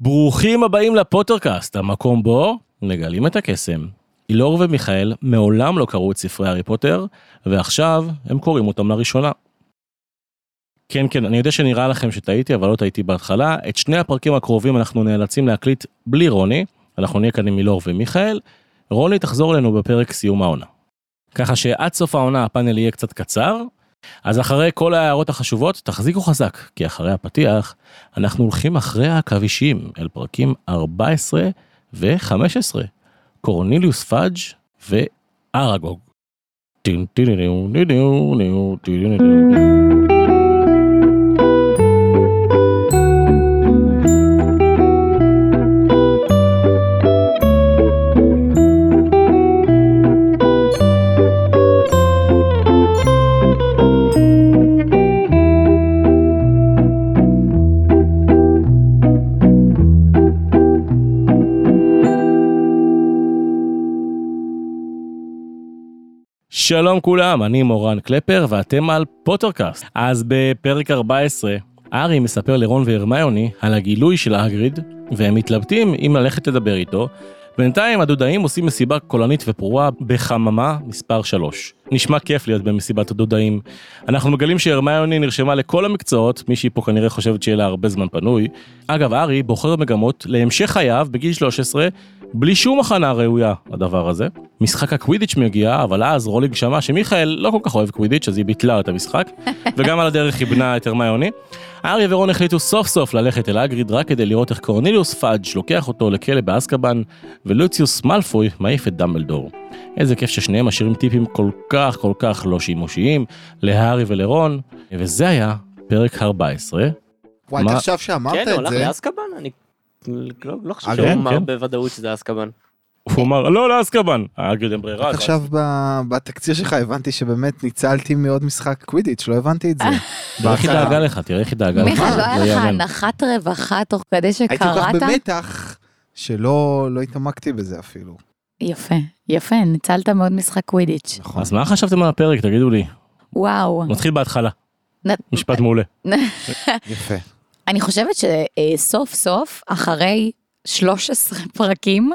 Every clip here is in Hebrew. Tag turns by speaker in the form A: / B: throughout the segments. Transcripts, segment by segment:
A: ברוכים הבאים לפוטרקאסט, המקום בו מגלים את הקסם. אילור ומיכאל מעולם לא קראו את ספרי הארי פוטר, ועכשיו הם קוראים אותם לראשונה. כן, כן, אני יודע שנראה לכם שטעיתי, אבל לא טעיתי בהתחלה. את שני הפרקים הקרובים אנחנו נאלצים להקליט בלי רוני, אנחנו נהיה כאן עם אילור ומיכאל. רוני תחזור אלינו בפרק סיום העונה. ככה שעד סוף העונה הפאנל יהיה קצת קצר, אז אחרי כל ההערות החשובות, תחזיקו חזק, כי אחרי הפתיח, אנחנו הולכים אחרי העכבישים אל פרקים 14 ו-15, קורניליוס פאג' ואראגוג. טין טין טין טין טין טין טין טין. שלום כולם, אני מורן קלפר ואתם על פוטרקאסט. אז בפרק 14, ארי מספר לרון והרמיוני על הגילוי של האגריד, והם מתלבטים אם ללכת לדבר איתו. בינתיים הדודאים עושים מסיבה קולנית ופרועה בחממה מספר 3. נשמע כיף להיות במסיבת הדודאים. אנחנו מגלים שהרמיוני נרשמה לכל המקצועות, מישהי פה כנראה חושבת שיהיה לה הרבה זמן פנוי. אגב, ארי בוחר מגמות להמשך חייו בגיל 13, בלי שום הכנה ראויה לדבר הזה. משחק הקווידיץ' מגיע, אבל אז רוליג שמע שמיכאל לא כל כך אוהב קווידיץ', אז היא ביטלה את המשחק, וגם על הדרך היא בנה את הרמיוני. אריה ורון החליטו סוף סוף ללכת אל אגריד רק כדי לראות איך קורניליוס פאג' לוקח אותו לכלא באזקבאן, ולוציוס מאלפוי מעיף את דמבלדור. איזה כיף ששניהם משאירים טיפים כל כך כל כך לא שימושיים, להארי ולרון, וזה היה פרק 14.
B: וואי,
A: מה-
B: עכשיו שאמרת
C: כן, הוא
B: את
C: הלך
B: זה,
C: לאזקבן? אני לא לא חושב
B: אה,
C: שהוא
A: כן,
C: אמר
A: כן.
C: בוודאות שזה אזקבן.
A: הוא אמר, לא, לאזקבאן. אגריד אין ברירה. אז-
B: רק עכשיו ב- בתקציר שלך הבנתי שבאמת ניצלתי מעוד משחק קווידיץ', לא הבנתי
D: אה,
B: את זה.
A: תראה איך היא
B: בהתחלה.
A: דאגה לך, תראה איך היא דאגה לך.
D: מיכאל, לא היה
A: לא
D: לך
A: יאמן.
D: הנחת רווחה תוך כדי
B: הייתי כל כך
D: שקראת?
B: במתח, שלא לא התעמקתי בזה אפילו.
D: יפה, יפה, ניצלת מאוד משחק קווידיץ'.
B: נכון.
A: אז מה חשבתם על הפרק, תגידו לי.
D: וואו.
A: נתחיל בהתחלה,
D: נ-
A: משפט מעולה.
B: יפה.
D: אני חושבת שסוף סוף, אחרי 13 פרקים,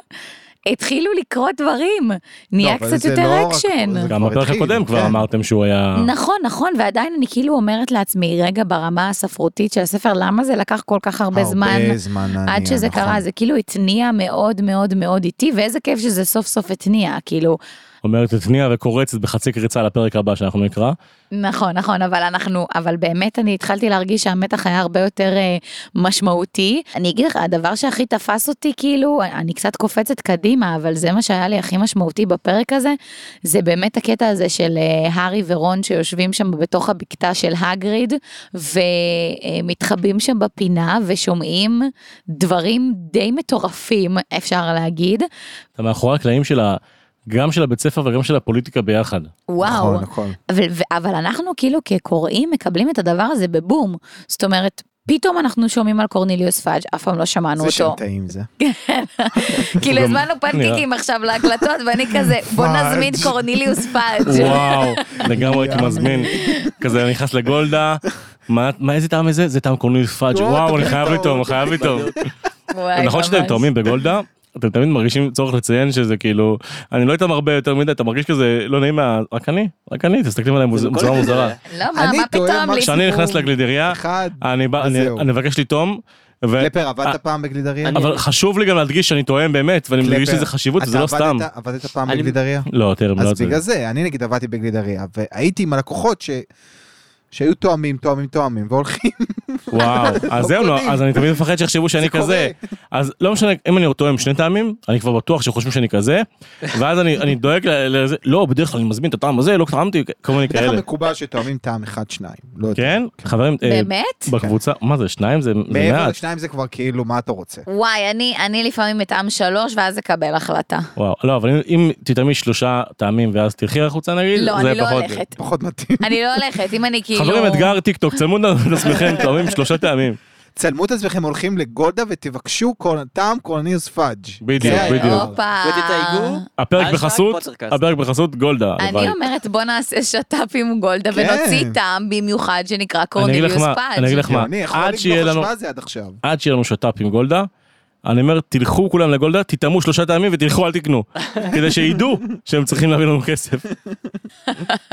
D: התחילו לקרות דברים.
B: לא,
D: נהיה
B: אבל
D: קצת
B: זה
D: יותר
B: לא רק-
D: אקשן.
B: זה
A: גם
B: כבר
A: בפרק
B: התחיל,
A: הקודם כבר
B: כן.
A: אמרתם שהוא היה...
D: נכון, נכון, ועדיין אני כאילו אומרת לעצמי, רגע, ברמה הספרותית של הספר, למה זה לקח כל כך הרבה זמן
B: הרבה זמן
D: עד
B: אני-
D: שזה
B: נכון.
D: קרה? זה כאילו התניע מאוד מאוד מאוד איטי, ואיזה כיף שזה סוף סוף התניע, כאילו,
A: אומרת את ניה וקורצת בחצי קריצה לפרק הבא שאנחנו נקרא.
D: נכון, נכון, אבל אנחנו, אבל באמת אני התחלתי להרגיש שהמתח היה הרבה יותר אה, משמעותי. אני אגיד לך, הדבר שהכי תפס אותי, כאילו, אני קצת קופצת קדימה, אבל זה מה שהיה לי הכי משמעותי בפרק הזה, זה באמת הקטע הזה של אה, הארי ורון שיושבים שם בתוך הבקתה של הגריד, ומתחבאים שם בפינה ושומעים דברים די מטורפים, אפשר להגיד.
A: אתה מאחורי הקלעים של ה... גם של הבית ספר וגם של הפוליטיקה ביחד.
D: וואו.
B: נכון, נכון.
D: אבל, ו- אבל אנחנו כאילו כקוראים מקבלים את הדבר הזה בבום. זאת אומרת, פתאום אנחנו שומעים על קורניליוס פאג', אף פעם לא שמענו
B: זה שם
D: אותו.
B: טעים זה.
D: כאילו
A: גם-
D: הזמנו פנקיקים עכשיו להקלטות, ואני כזה, בוא
B: פאג'.
D: נזמין קורניליוס פאג'.
A: וואו, לגמרי הייתי מזמין. כזה אני נכנס לגולדה, מה מה, איזה טעם זה? זה טעם קורנילוס פאג',
B: וואו,
A: וואו,
B: אתה
A: אני חייב
B: פתאום.
A: איתו, אני חייב איתו.
D: וואי,
A: נכון שאתם
D: ממש.
A: תאומים בגולדה? אתם תמיד מרגישים צורך לציין שזה כאילו, אני לא איתם הרבה יותר מדי, אתה מרגיש כזה לא נעים מה... רק אני, רק אני, תסתכלים עליהם
C: זה אה, בכל
A: בצורה
C: זאת.
A: מוזרה.
D: לא, מה,
B: אני
D: מה
B: טועם,
D: פתאום?
B: מה
D: לי-
A: כשאני נכנס לגלידריה,
B: אחד,
A: אני בא- אני-
B: וזהו.
A: אני מבקש לטום, ו- אה,
B: קלפר, עבדת פעם בגלידריה?
C: אני-
A: אבל חשוב לי גם להדגיש שאני טועם באמת, ואני
B: קלפר,
A: מרגיש לזה חשיבות,
B: אתה
A: זה לא
B: עבדת-
A: סתם.
B: עבדת פעם
C: אני-
B: בגלידריה?
A: לא, טרם, לא
B: אז בגלל
A: זה.
B: זה, אני נגיד עבדתי בגלידריה, והייתי עם הלקוחות ש... שהיו תואמים, תואמים, תואמים, והולכים.
A: וואו, אז זהו, נו,
B: לא קונים.
A: אז אני תמיד מפחד שיחשבו שאני
B: זה קורה.
A: כזה. אז לא משנה, אם אני טועם שני טעמים, אני כבר בטוח שחושבים שאני כזה, ואז אני אני דואג ל- לזה, לא, בדרך כלל אני מזמין את הטעם הזה, לא טעמתי, כל מיני
B: בדרך
A: כאלה.
B: כלל מקובל שתואמים טעם אחד, שניים. לא יודע.
A: כן? חברים, אה,
D: באמת?
A: בקבוצה, מה זה, שניים זה זה
B: כן. מעבר
A: מעט.
B: לשניים זה כבר כאילו, מה אתה רוצה?
D: וואי, אני- אני לפעמים אטעם שלוש, ואז אקבל החלטה.
A: וואו, לא, אבל אם- אם תטעמי שלושה טעמים ואז תלכי החוצה נגיד,
D: לא,
A: זה
D: אני לא
A: פחות.
D: הולכת.
B: פחות מתאים.
D: אני לא הולכת, אם אני כאילו...
A: חברים, אתגר טיק טוק, צלמו את עצמכם, טועמים שלושה טעמים.
B: צלמו את עצמכם הולכים לגולדה ותבקשו קול- טעם קולניוס פאג'.
A: בדיוק,
B: זה היה.
A: בדיוק.
D: הופה.
C: ותתייגו.
D: אה,
A: הפרק
C: אשטג
A: בחסות,
C: פוטרקאסט.
A: הפרק בחסות גולדה. הלוואי.
D: אני אומרת בוא נעשה שת"פ עם גולדה
B: כן.
D: ונוציא טעם במיוחד שנקרא
A: אני אגיד לך
D: קורניליוס
A: מה,
D: פאג'.
A: אני אגיד לך מה,
B: גאוני, איך
A: עד
B: הולכים
A: שיהיה
B: לא
A: לנו,
B: חשבה על זה עד עכשיו?
A: עד שיהיה לנו שת"פ עם גולדה, אני אומר, תלכו כולם לגולדה, תטעמו שלושה טעמים ותלכו, אל תקנו. כדי שידעו שהם צריכים להביא לנו כסף.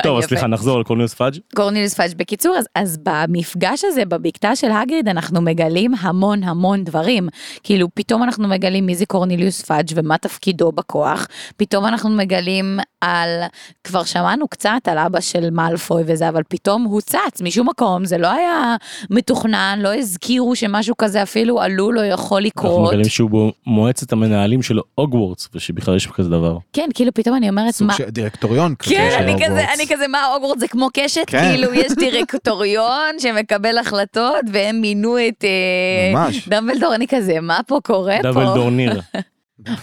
A: טוב, אז
D: יפה.
A: סליחה, נחזור לקורניוס פאג'.
D: קורנילוס פאג' בקיצור, אז, אז במפגש הזה, בבקתה של הגריד, אנחנו מגלים המון המון דברים. כאילו, פתאום אנחנו מגלים מי זה קורניליוס פאג' ומה תפקידו בכוח. פתאום אנחנו מגלים על, כבר שמענו קצת על אבא של מאלפוי וזה, אבל פתאום הוא צץ משום מקום, זה לא היה מתוכנן, לא הזכירו שמשהו כזה אפילו עלול או יכול
A: אנחנו
D: לקרות.
A: מגלים שהוא במועצת המנהלים של הוגוורטס, ושבכלל יש כזה דבר.
D: כן, כאילו פתאום אני אומרת,
B: סוג
D: מה...
B: של דירקטוריון כזה.
D: כן,
B: של
D: אני כזה,
B: הוגוורטס.
D: אני כזה, מה, הוגוורט זה כמו קשת?
B: כן.
D: כאילו, יש דירקטוריון שמקבל החלטות, והם מינו את אה,
B: ממש.
D: דמבלדור, אני כזה, מה פה קורה פה?
A: דאבל דור ניר.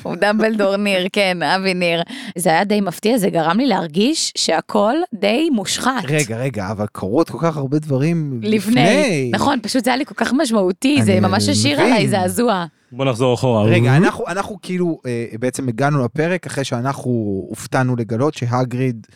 D: הוא דמבלדור ניר, כן, אבי ניר. זה היה די מפתיע, זה גרם לי להרגיש שהכל די מושחת.
B: רגע, רגע, אבל קרו עוד כל כך הרבה דברים
D: לפני.
B: לפני.
D: נכון, פשוט זה היה לי כל כך משמעותי, זה
B: אני
D: ממש השאיר
B: מבין.
D: עליי זעזוע.
A: בוא נחזור אחורה.
B: רגע, אנחנו, אנחנו כאילו אה, בעצם הגענו לפרק אחרי שאנחנו הופתענו לגלות שהגריד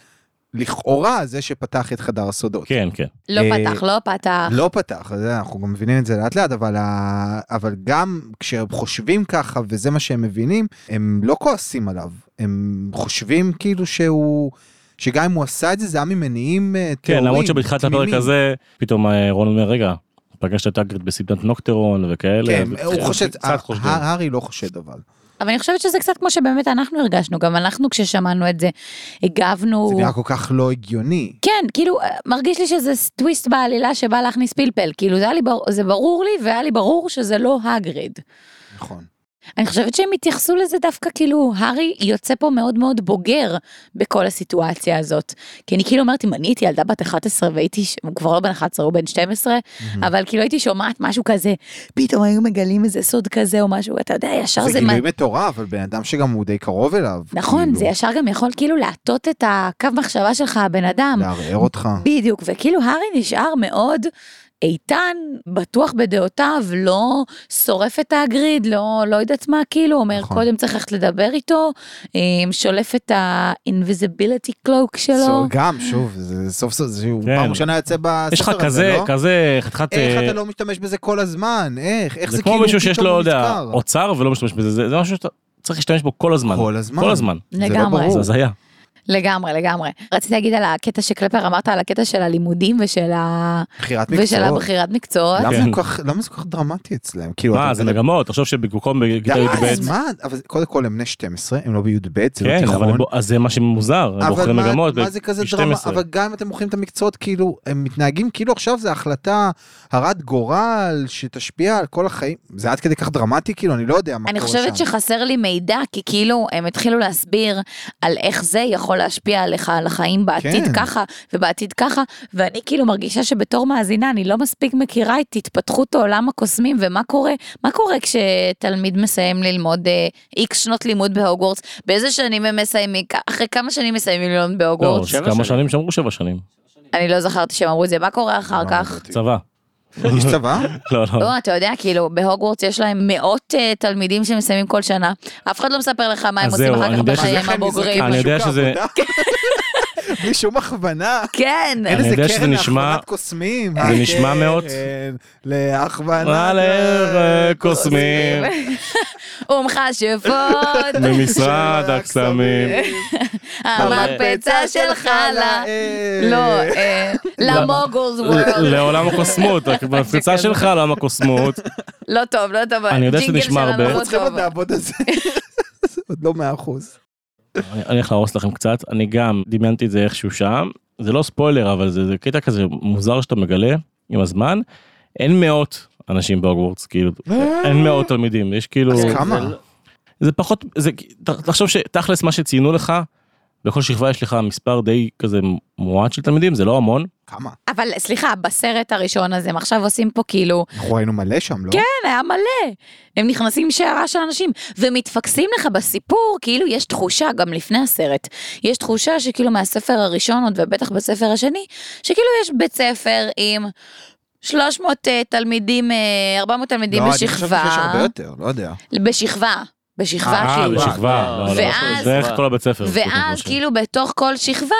B: לכאורה זה שפתח את חדר הסודות.
A: כן, כן.
D: לא
B: אה,
D: פתח, לא פתח.
B: לא פתח, אז אנחנו גם מבינים את זה לאט לאט, אבל, ה... אבל גם כשהם חושבים ככה וזה מה שהם מבינים, הם לא כועסים עליו, הם חושבים כאילו שהוא, שגם אם הוא עשה את זה, זה היה ממניעים אה, טהורים,
A: כן, למרות שבתחילת הפרק
B: תמימים.
A: הזה, פתאום אה, רון אומר, רגע, פגשת את אגריד בסדנת נוקטרון וכאלה.
B: כן,
A: ו-
B: הוא חושד,
A: קצת חושדים.
B: הר- הארי לא חושד אבל,
D: אבל אני חושבת שזה קצת כמו שבאמת אנחנו הרגשנו, גם אנחנו כששמענו את זה, הגבנו...
B: זה נראה כל כך לא הגיוני.
D: כן, כאילו, אה, מרגיש לי שזה ס- טוויסט בעלילה שבא להכניס פלפל. כאילו, זה, היה לי בר... זה ברור לי, והיה לי ברור שזה לא הגריד.
B: נכון.
D: אני חושבת שהם התייחסו לזה דווקא כאילו, הארי יוצא פה מאוד מאוד בוגר בכל הסיטואציה הזאת. כי אני כאילו אומרת, אם אני הייתי ילדה בת 11 והייתי, ש- הוא כבר לא בן 11, הוא בן 12,
B: Mm.
D: אבל כאילו הייתי שומעת משהו כזה, פתאום היו מגלים איזה סוד כזה או משהו, אתה יודע, ישר זה...
B: זה
D: מה-
B: גילוי מטורף, אבל בן אדם שגם הוא די קרוב אליו.
D: נכון,
B: כאילו,
D: זה ישר גם יכול כאילו להטות את הקו מחשבה שלך, הבן אדם.
B: לערער אותך.
D: בדיוק, וכאילו הארי נשאר מאוד איתן, בטוח בדעותיו, לא שורף את הגריד, לא, לא יודעת מה, כאילו, אומר, נכון.
B: נכון.
D: קודם צריך ללכת לדבר איתו, אמ, שולף את ה-invisibility cloak שלו.
B: זו גם, שוב, זה סוף סוף, זה שהוא
A: כן.
B: פעם ראשונה יוצא בספר הזה, לא?
A: יש לך כזה, כזה, חתיכת...
B: איך
A: אה,
B: אתה לא משתמש בזה כל הזמן? איך? איך
A: זה
B: זה
A: כמו
B: כאילו
A: מישהו שיש לו,
B: פתאום
A: לא יודע,
B: נזכר?
A: אוצר ולא משתמש בזה, זה זה משהו שאתה צריך להשתמש בו כל הזמן.
B: כל הזמן.
A: כל הזמן.
B: זה לא
D: לגמרי.
B: ברור.
A: זה הזיה.
D: לגמרי, לגמרי. רציתי להגיד על הקטע שקלפר אמרת, על הקטע של הלימודים ושל, ה...
B: בחירת
D: ושל
B: מקצועות.
D: הבחירת מקצועות.
B: למה
A: כן.
B: זה כל כך- למה זה כל כך דרמטי אצלם? כאילו,
A: מה,
B: אתה
A: זה
B: מדבר-
A: מגמות, תחשוב שבמקום בכיתה
B: די,
A: י"ב,
B: אז מה? אבל קודם כל הם בני 12, הם לא בי"ב, זה לא
A: כן, אבל
B: תיכון.
A: בוא- אז זה מה שמוזר, הם
B: אבל
A: בוחרים
B: מה-
A: מגמות
B: מה זה כזה דרמה?
A: ב-12.
B: אבל גם אם אתם מוכרים את המקצועות, כאילו, הם מתנהגים כאילו עכשיו זו החלטה הרת גורל שתשפיע על כל החיים. זה עד כדי כך דרמטי? כאילו, אני לא יודע מה
D: אני
B: קורה
D: חושבת
B: שם.
D: שחסר לי מידע, כי כאילו הם התחילו להסביר על איך זה יכול להשפיע עליך, על החיים בעתיד
B: כן.
D: ככה ובעתיד ככה, ואני כאילו מרגישה שבתור מאזינה אני לא מספיק מכירה את התפתחות עולם הקוסמים ומה קורה, מה קורה כשתלמיד מסיים ללמוד איקס שנות לימוד בהוגוורטס, באיזה שנים הם מסיימים, כ- אחרי כמה שנים מסיימים ללמוד
A: לא,
D: בהוגוורטס,
C: שבע
A: כמה
C: שנים.
A: שנים שמרו שבע שנים.
D: אני לא זכרתי שהם אמרו את זה, מה קורה אחר
B: לא,
D: כך?
B: לדעתי.
A: צבא.
B: יש צבא?
A: לא, לא.
D: לא, אתה יודע, כאילו, בהוגוורטס יש להם מאות אה, תלמידים שמסיימים כל שנה. אף אחד לא מספר לך מה הם
A: אז
D: עושים
A: זהו,
D: אחר
A: אני
D: כך
A: יודע שזה-
D: בחיים
B: לכן
D: הבוגרים.
A: אני יודע
B: בשוק
A: שזה-
B: העבודה? בלי שום הכוונה.
D: כן,
B: אין
A: אני
B: איזה
A: יודע שזה
B: קרן
A: נשמע-
B: להכוונת קוסמים.
A: זה נשמע מאוד.
B: הקרן להכוונת...
A: על ערך קוסמים
D: ומכשפות,
A: ממשרד הקסמים.
D: המקפצה של חלה. לא, אה, למוגורס
A: ל-
D: וורלד.
A: לעולם הקוסמות,
D: כן.
A: בקפיצה שלך לעולם הקוסמות.
D: לא טוב, לא טוב.
A: אני יודע שזה
D: הג'ינגל
A: נשמע
D: שלנו
A: הרבה.
D: לא
B: אנחנו צריכים עוד
D: טוב.
B: לעבוד על זה. זה עוד לא מאה אחוז.
A: אני אני הולך להרוס לכם קצת, אני גם דמיינתי את זה איכשהו שם, זה לא ספוילר אבל זה, זה קטע כזה מוזר שאתה מגלה עם הזמן, אין מאות אנשים בהוגוורטס, כאילו, אין מאות תלמידים, יש כאילו,
B: אז
C: זה-
B: כמה?
C: זה לא-
A: זה פחות, זה, ת- תחשוב שתכלס מה שציינו לך, בכל שכבה יש לך מספר די כזה מועט של תלמידים, זה לא המון,
B: כמה?
D: אבל סליחה, בסרט הראשון הזה, הם עכשיו עושים פה כאילו,
B: אנחנו ראינו מלא שם, לא?
D: כן, היה מלא. הם נכנסים שערה של אנשים, ומתפקסים לך בסיפור, כאילו יש תחושה, גם לפני הסרט, יש תחושה שכאילו מהספר הראשון עוד, ובטח בספר השני, שכאילו יש בית ספר עם 300 אה, תלמידים, אה, 400 תלמידים
B: לא, אני חשבתי
D: בשכבה,
B: שיש הרבה יותר, לא יודע.
D: בשכבה, בשכבה
A: אה,
D: כאילו.
A: בשכבה, לא,
C: לא,
A: לא,
D: ואז-
A: זה איך כל הבית ספר,
D: ואז כאילו בתוך כל שכבה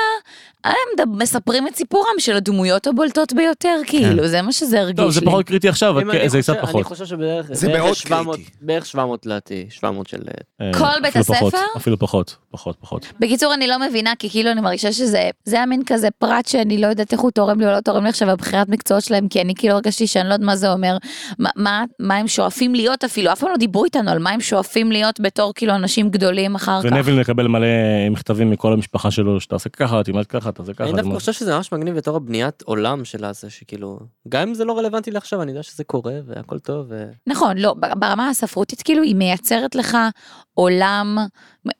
D: הם מד- מספרים את סיפורם של הדמויות הבולטות ביותר,
B: כן.
D: כאילו, זה מה שזה הרגיש לי.
A: טוב, זה פחות קריטי עכשיו, אבל
C: אם
A: כן,
C: אני
A: זה קצת
C: חושב- אני
A: פחות.
C: חושב שבערך
E: זה
C: בערך
E: מאוד
C: 700
E: קריטי.
C: בערך 700 לדעתי, 700 של...
A: אה,
D: כל בית
A: אפילו פחות,
D: הספר?
A: אפילו פחות, פחות, פחות.
D: בקיצור, אני לא מבינה, כי כאילו אני מרגישה שזה, זה היה מין כזה פרט שאני לא יודעת איך הוא תורם לי או לא תורם לי עכשיו בבחירת מקצועות שלהם, כי אני כאילו הרגשתי שאני לא יודעת מה זה אומר, מה, מה, מה הם שואפים להיות אפילו, אף פעם לא דיברו איתנו על מה הם שואפים להיות בתור כאילו אנשים גדולים אחר כך.
A: ונביל מקבל מלא מכתבים מכל המשפחה שלו, שתעשה ככה, תלמד ככה, תעשה ככה.
C: אני דווקא
A: תלמד-
C: חושב שזה ממש מגניב בתור הבניית עולם של הזה, שכאילו, גם אם זה לא רלוונטי לעכשיו, אני יודע שזה קורה והכל טוב. אה, ו-
D: נכון, לא, ב- ברמה הספרותית כאילו היא מייצרת לך עולם,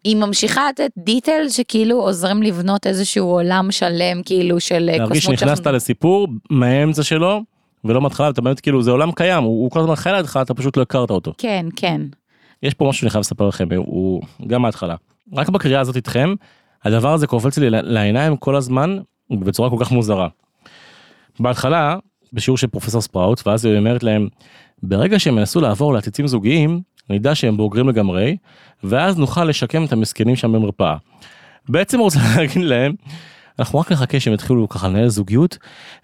D: היא ממשיכה לתת דיטל שכאילו עוזרים לבנות איזשהו עולם שלם כאילו של אה,
A: להרגיש
D: קוסמות.
A: שנכנסת
D: שאנחנו-
A: לסיפור מהאמצע שלו, ולא מההתחלה, אתה באמת כאילו, זה עולם קיים, הוא הוא כל הזמן חי לידך, אתה פשוט לא הכרת אותו.
D: כן, כן.
A: יש פה משהו שאני חייב לספר לכם, הוא- הוא גם מההתחלה. רק בקריאה הזאת איתכם, הדבר הזה קופץ לי לעיניים כל הזמן, בצורה כל כך מוזרה. בהתחלה, בשיעור של פרופסור ספראוט, ואז היא אומרת להם, ברגע שהם ינסו לעבור לעציצים זוגיים, נדע שהם בוגרים לגמרי, ואז נוכל לשקם את המסכנים שם במרפאה. בעצם רוצה להגיד להם, אנחנו רק נחכה שהם יתחילו ככה לנהל זוגיות,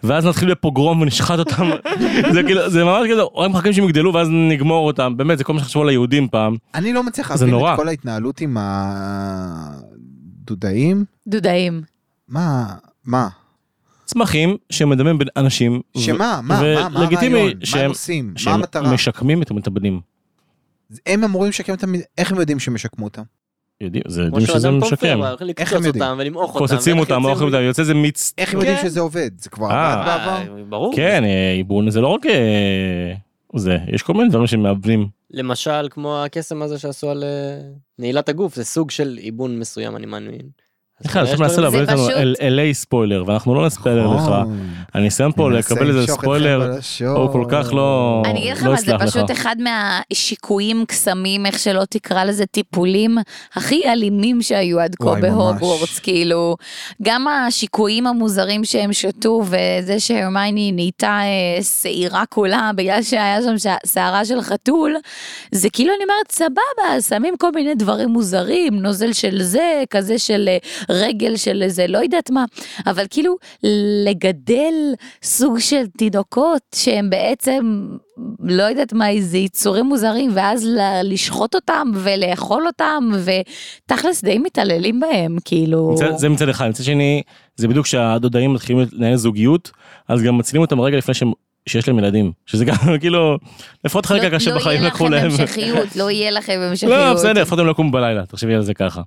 A: ואז נתחיל בפוגרום ונשחט אותם. זה כאילו, זה ממש כאילו, רק מחכים שהם יגדלו ואז נגמור אותם. באמת, זה כל מה שחשבו על היהודים פעם.
B: אני לא מצליח
A: זה
B: להבין
A: נורא.
B: את כל ההתנהלות עם הדודאים.
D: דודאים.
B: מה? מה?
A: צמחים שמדמים בין אנשים. ו-
B: שמה? מה? מה? מה
A: ולגיטימי
B: הרעיון? מה
A: שהם-
B: הם עושים? מה
A: שהם
B: המטרה?
A: משקמים את המתאבדים.
B: הם אמורים לשקם את המ... איך הם יודעים שהם ישקמו אותם?
A: יודעים, זה
C: כמו
A: יודעים שזה
C: שאדם תומפר,
A: משקם.
C: הוא הולך
B: איך
C: לקצוץ
B: הם יודעים?
C: אותם ולמעוך אותם.
A: פוצצים
C: ואיך
A: אותם, לא אוכלים
C: יוצאים
A: אותם, יוצא איזה מיץ.
B: איך הם יודעים
C: כן.
B: שזה עובד? זה כבר
A: אה.
B: עבד בעבר?
C: אה, ברור.
A: כן, אה, עיבון זה לא רק אה, זה, יש כל מיני דברים שמאבדים.
C: למשל, כמו הקסם הזה שעשו על אה, נעילת הגוף, זה סוג של איבון מסוים, אני מאמין. אז
A: בכלל,
C: יש
A: עכשיו ננסה
C: דברים-
A: להביא
D: זה
A: אותנו
D: פשוט-
A: אל- אלי ספוילר, ואנחנו לא נספיילר לך.
B: נכון.
A: הניסיון פה
B: אני מנסה
A: לקבל איזה
B: למשוך אתכם
A: ספוילר,
B: בלשון.
A: הוא כל כך לא
D: אני אגיד לך
A: לא
D: מה, זה
A: יסלח לך.
D: פשוט אחד מהשיקויים, קסמים, איך שלא תקרא לזה, טיפולים הכי אלימים שהיו עד כה
B: וואי, ממש.
D: בהוגוורטס, כאילו, גם השיקויים המוזרים שהם שתו, וזה שהרמייני נהייתה אה, שעירה כולה, בגלל שהיה שם ש- שערה של חתול, זה כאילו, אני אומרת, סבבה, שמים כל מיני דברים מוזרים, נוזל של זה, כזה של אה, רגל של איזה, לא יודעת מה, אבל כאילו, לגדל סוג של תינוקות שהם בעצם, לא יודעת מה, איזה יצורים מוזרים, ואז ל- לשחוט אותם ולאכול אותם, ותכלס די מתעללים בהם, כאילו...
A: מצד- זה מצד אחד, מצד שני, זה בדיוק כשהדודאים מתחילים לנהל זוגיות, אז גם מצילים אותם רגע לפני שהם, שיש להם ילדים, שזה גם כאילו, לפחות חלק
D: לא-
A: קשה בחיים לקחו
D: לא יהיה
A: להם.
D: לכם המשכיות, לא יהיה לכם המשכיות.
A: לא, בסדר, לפחות הם לא יקומו בלילה, תחשבי על זה ככה.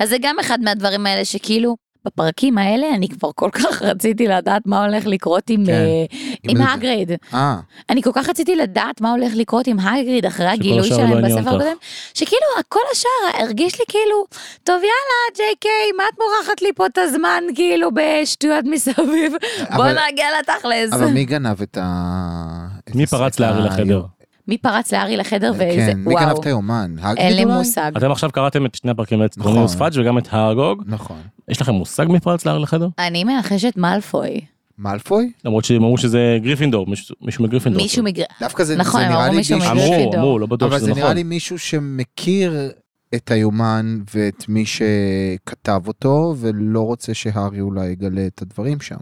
D: אז זה גם אחד מהדברים האלה שכאילו... בפרקים האלה אני כבר כל כך רציתי לדעת מה הולך לקרות עם,
B: כן.
D: אה, עם
B: עם-
D: הגריד.
B: אה,
D: אני כל כך רציתי לדעת מה הולך לקרות עם הגריד אחרי הגילוי
A: השאר לא
D: שלהם
A: עניין
D: בספר
A: אותך.
D: הקודם, שכאילו כל השאר הרגיש לי כאילו, טוב יאללה, ג'יי קיי, מה את מורחת לי פה את הזמן כאילו בשטויות מסביב? בוא
B: אבל-
D: נגיע לתכלס.
B: אבל מי גנב את ה... את
A: מי
B: הס-
A: פרץ
B: את ה-
A: לארי לחדר?
D: מי פרץ לארי לחדר ואיזה,
B: כן, מי גנב
D: אה, וואו,
B: את היומן? האגריד
D: אין לי
B: אולי?
D: מושג.
A: אתם עכשיו קראתם את שני הפרקים, את
B: נכון.
A: קרוניוס פאג' וגם את הארגוג,
B: נכון.
A: יש לכם מושג מי פרץ לארי לחדר?
D: אני מנחשת מאלפוי.
B: מאלפוי?
A: למרות שהם אמרו שזה גריפינדור, מישהו- מישהו מגריפינדור.
D: מישהו מג...
B: דווקא זה
D: נכון,
B: זה
D: הם
B: נראה
D: אמרו
B: לי
D: מישהו
B: די-
D: מגריפינדור.
A: אמרו, אמרו, לא בטוח
B: אבל
A: שזה
B: זה נראה
A: נכון.
B: לי מישהו שמכיר את היומן ואת מי שכתב אותו, ולא רוצה שהארי אולי יגלה את הדברים שם.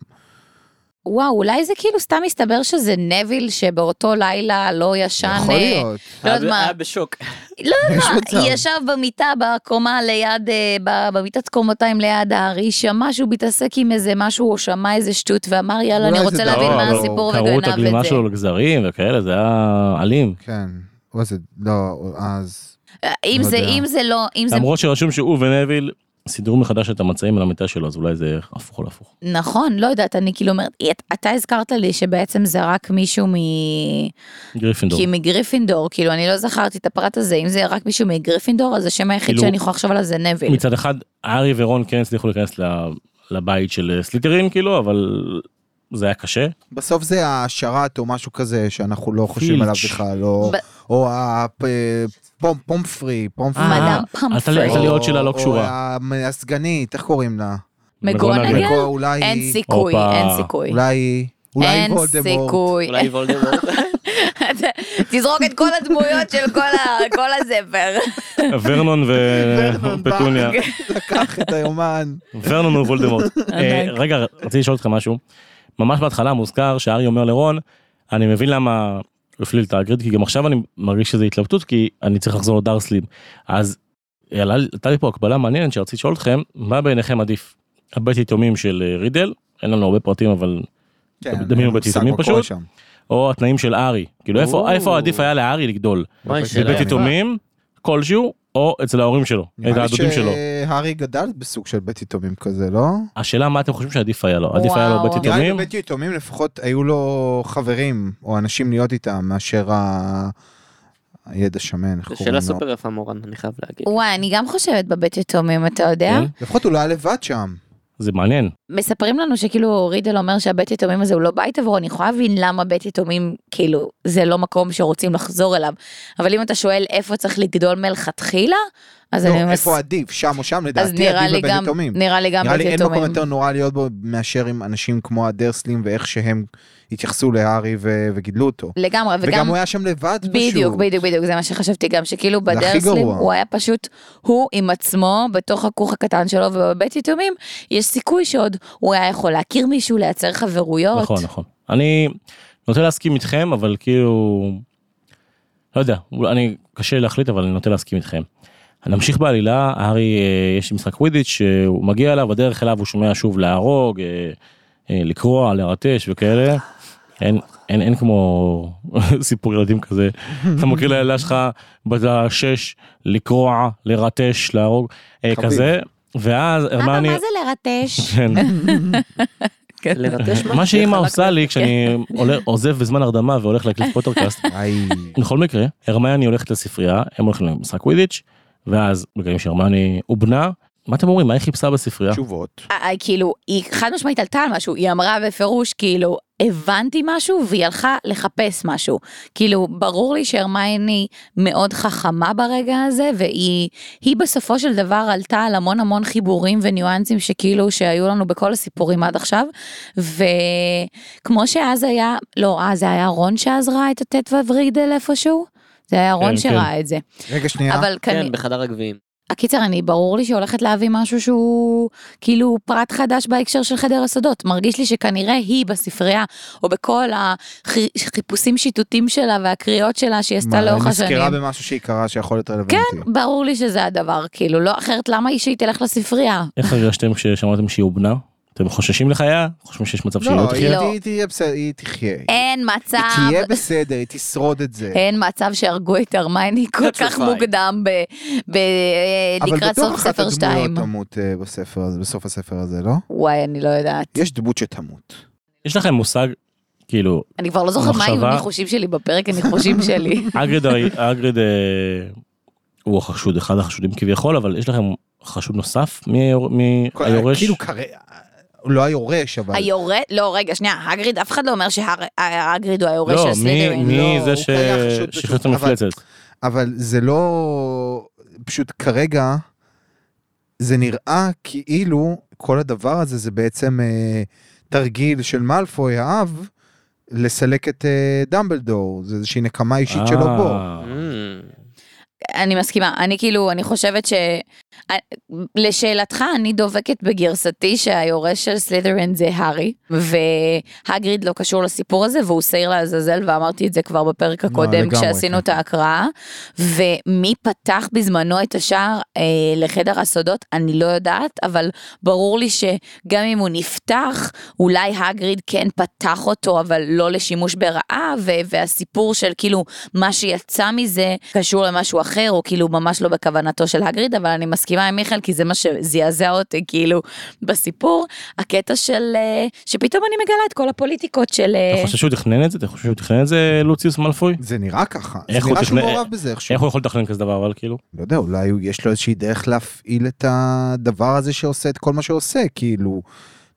D: וואו, אולי זה כאילו סתם מסתבר שזה נביל שבאותו לילה לא ישן.
B: יכול
D: אה,
B: להיות.
D: לא יודעת
C: היה-
D: מה.
C: היה בשוק.
D: לא
B: יש
D: יודעת מה,
B: מצב.
D: ישב במיטה בקומה ליד, אה, ב- במיטת קומותיים ליד הארי, שמע שהוא מתעסק עם איזה משהו, או שמע איזה שטות, ואמר יאללה,
B: אולי
D: אני
B: זה לא
D: רוצה
B: דאו,
D: להבין מה
A: אבל
D: הסיפור
A: קרעו את
D: וגנב
A: הגלימה
D: את זה.
B: לא-
A: שלו לגזרים וכאלה, זה היה אלים.
B: כן. מה זה? לא, אז...
D: אה, אם
B: לא
D: זה,
B: יודע.
D: אם זה לא, אם זה...
A: למרות שרשום שהוא ונביל סידרו מחדש את המצעים על המיטה שלו, אז אולי זה הפוך על הפוך.
D: נכון, לא יודעת, אני כאילו אומרת, את- אתה הזכרת לי שבעצם זה רק מישהו מ...
A: גריפינדור.
D: כי מגריפינדור, כאילו, אני לא זכרתי את הפרט הזה, אם זה רק מישהו מגריפינדור, אז השם היחיד
A: כאילו-
D: שאני יכולה לחשוב עליו זה נביל.
A: מצד אחד, הארי ורון כן הצליחו להיכנס ל- לבית של סליטרין, כאילו, אבל זה היה קשה.
B: בסוף זה השרת או משהו כזה שאנחנו לא חושבים עליו
A: פילץ'.
B: בכלל, או-
D: ב-
B: או הפומפרי, פומפרי.
D: אה, מדאם
A: הייתה לי-
D: פמפרי.
A: הייתה לי עוד שאלה לא
B: או- או
A: קשורה.
B: המ- הסגנית, איך קוראים לה?
D: מגרונגל?
A: מגרונגל.
B: או אולי...
D: אין סיכוי,
A: הופה.
D: אין סיכוי.
B: אולי... אולי
D: אין
B: וולדמורט.
D: סיכוי.
C: אולי וולדמורט.
D: תזרוק את כל הדמויות של כל ה- כל הזפר.
A: ורנון
B: ורנון בא.
A: ופטוניה.
B: לקח את היומן.
A: ורנון הוא וולדמורט. אה,
D: ענק.
A: רגע, רציתי לשאול אותך משהו. ממש בהתחלה מוזכר שהארי אומר לרון, אני מבין למה הוא הפליל את האגריד, כי גם עכשיו אני מרגיש שזה התלבטות, כי אני צריך לחזור לדרסלים. אז עלה לי- הייתה לי פה הקבלה מעניינת שרציתי לשאול אתכם, מה בעיניכם עדיף? הבית יתומים של אה, רידל, אין לנו הרבה פרטים אבל,
B: כן,
A: דמיון
B: אין לי
A: בטיס,
B: מושג
A: מי
B: מה קורה
A: פשוט?
B: שם.
A: או התנאים של הארי. כאילו איפה
C: או.
A: איפה עדיף היה להארי לגדול?
C: וואי,
B: בבית
C: שאלה
A: בבית
C: יפה.
A: יתומים כלשהו, או אצל ההורים שלו, את
B: נראה לי
A: הדודים שלו.
B: שהארי גדל בסוג של בית יתומים כזה, לא?
A: השאלה מה אתם חושבים שעדיף היה לו? עדיף היה לו
D: וואו.
A: בית
B: נראה לי
A: יתומים?
B: בבית יתומים לפחות היו לו חברים או אנשים להיות איתם מאשר ה... הידע שמן, איך
C: זו
B: קוראים לו.
C: שאלה סופר יפה מורן, אני חייב להגיד.
D: וואי, אני גם חושבת בבית יתומים, אתה יודע?
A: כן.
B: לפחות הוא לא היה לבד שם.
A: זה מעניין.
D: מספרים לנו שכאילו רידל אומר שהבית יתומים הזה הוא לא בית עבורו, אני יכולה להבין למה בית יתומים, כאילו, זה לא מקום שרוצים לחזור אליו. אבל אם אתה שואל איפה צריך לגדול מלכתחילה, אז אני...
B: לא,
D: מס-
B: איפה עדיף, שם או שם,
D: אז
B: לדעתי
D: נראה
B: עדיף
D: לי
B: בבית
D: גם,
B: יתומים.
D: נראה לי גם
B: נראה
D: בית
B: לי אין מקום
D: יתומים.
B: יותר נורא להיות בו מאשר עם אנשים כמו הדרסלים ואיך שהם התייחסו להארי ו- וגידלו אותו.
D: לגמרי,
B: וגם
D: לא, וגם...
B: הוא היה שם לבד פשוט.
D: בדיוק, בדיוק, בדיוק, זה מה שחשבתי גם, שכאילו
B: הכי
D: בדרסלים
B: גרוע.
D: הוא היה פשוט, הוא עם עצמו, בתוך הכוך הקטן שלו, ובבית יתומים, יש סיכוי שעוד הוא היה יכול להכיר מישהו, לייצר חברויות.
A: נכון נכון אני נוטה להסכים איתכם אבל כאילו לא יודע אולי- אני קשה לי להחליט אבל אני נוטה להסכים איתכם. נמשיך בעלילה הארי אה, יש משחק ווידיץ' שהוא מגיע אליו הדרך אליו הוא שומע שוב להרוג אה, אה, לקרוע לרטש וכאלה. אין, אין, אין כמו סיפור ילדים כזה, אתה מכיר לילדה שלך בת השש לקרוע, לרטש, להרוג, אה,
B: חביב.
A: כזה, ואז
D: אבא,
A: הרמני,
D: מה זה לרטש?
A: כן,
C: לרטש
A: מה שאימא
D: חלק
A: עושה לי כשאני
B: כן.
A: עולה- עוזב בזמן הרדמה והולך להקליט פוטרקאסט,
B: איי,
A: בכל מקרה, הרמיוני הולכת לספרייה, הם הולכים למשחק ווידיץ', ואז בגלל שהרמיוני הוא בנה, מה אתם אומרים, מה היא חיפשה בספרייה?
B: תשובות.
D: אה, אה, כאילו, היא חד משמעית עלתה על משהו, היא אמרה בפירוש, כאילו, הבנתי משהו והיא הלכה לחפש משהו. כאילו, ברור לי שהרמייני מאוד חכמה ברגע הזה, והיא היא בסופו של דבר עלתה על המון המון חיבורים וניואנסים שכאילו, שהיו לנו בכל הסיפורים עד עכשיו, וכמו שאז היה, לא, אה, זה היה רון שאז ראה את הטט ורידל איפשהו? זה היה רון
A: כן.
D: שראה את זה.
B: רגע שנייה,
D: אבל כנראה...
C: כן, בחדר הגביעים.
D: הקיצר, אני, ברור לי שהולכת להביא משהו שהוא כאילו פרט חדש בהקשר של חדר הסודות. מרגיש לי שכנראה היא בספרייה, או בכל החיפושים שיטוטים שלה והקריאות שלה שהיא עשתה
B: מה,
D: לאורך השנים.
B: נזכרה במשהו שהיא קרה שיכול להיות רלוונטי. לא,
D: כן, ברור לי שזה הדבר, כאילו, לא אחרת למה היא שהיא תלך לספרייה?
A: איך הרגשתם כששמעתם שהיא הובנה? אתם חוששים לחייה? חושבים שיש מצב שהיא לא
B: לא,
A: תחיה?
B: היא
D: לא.
B: היא תהיה בסדר, היא תחיה. היא
D: אין מצב, אה,
B: תהיה בסדר, היא תשרוד את זה.
D: אין מצב שהרגו את הרמייני כל כך
C: התשובה היא.
D: מוקדם ב- ב- אה, לקראת סוף ספר
B: אבל בטוח
D: 2.
B: אחת הדמויות תמות אה, בספר הזה, בסוף הספר הזה, לא?
D: וואי, אני לא יודעת.
B: יש דמות שתמות.
A: יש לכם מושג, כאילו,
D: אני כבר לא זוכרת מה היו
A: המחשבה-
D: הניחושים שלי בפרק הניחושים שלי.
A: אגריד, הרי- אגריד אה, הוא החשוד, אחד החשודים כביכול, אבל יש לכם חשוד נוסף מהיור- מהיורש?
B: כאילו כרי... הוא לא היורש, אבל...
D: היורד, לא רגע שנייה, הגריד, אף אחד לא אומר שהגריד הוא היורש
A: לא,
D: של סלידרין.
A: מי- מי זה
B: לא, הוא היה
A: ש-
B: חשוד פשוט,
A: שחרר את
B: אבל-
A: המפלצת?
B: אבל זה לא... פשוט כרגע, זה נראה כאילו כל הדבר הזה זה בעצם אה, תרגיל של מאלפוי האב לסלק את אה, דמבלדור. זה איזושהי נקמה אישית שלו
A: אה,
B: בו.
C: Mm.
D: אני מסכימה, אני כאילו, אני חושבת ש... אה, לשאלתך, אני דובקת בגרסתי שהיורש של סלידרין זה הארי, והגריד לא קשור לסיפור הזה, והוא שעיר לעזאזל, ואמרתי את זה כבר בפרק הקודם,
B: לגמרי,
D: כשעשינו
B: כן.
D: את ההקראה. ומי פתח בזמנו את השער אה, לחדר הסודות, אני לא יודעת, אבל ברור לי שגם אם הוא נפתח, אולי הגריד כן פתח אותו, אבל לא לשימוש ברעה, ו- והסיפור של כאילו מה שיצא מזה קשור למשהו אחר, או כאילו ממש לא בכוונתו של הגריד, אבל אני מסכימה עם מיכאל, כי זה מה שזעזע אותי כאילו בסיפור, הקטע של, אה, שפתאום אני מגלה את כל הפוליטיקות של... אה,
A: אתה חושב שהוא תכנן את זה? אתה חושב שהוא תכנן את זה, לוציוס מאלפוי?
B: זה נראה ככה. זה
A: איך הוא
B: נראה שהוא
A: תכנן-
B: מעורב בזה איכשהו.
A: איך הוא יכול לתכנן כזה דבר אבל כאילו?
B: לא יודע, אולי הוא- יש לו איזושהי דרך להפעיל את הדבר הזה שעושה את כל מה שעושה, כאילו,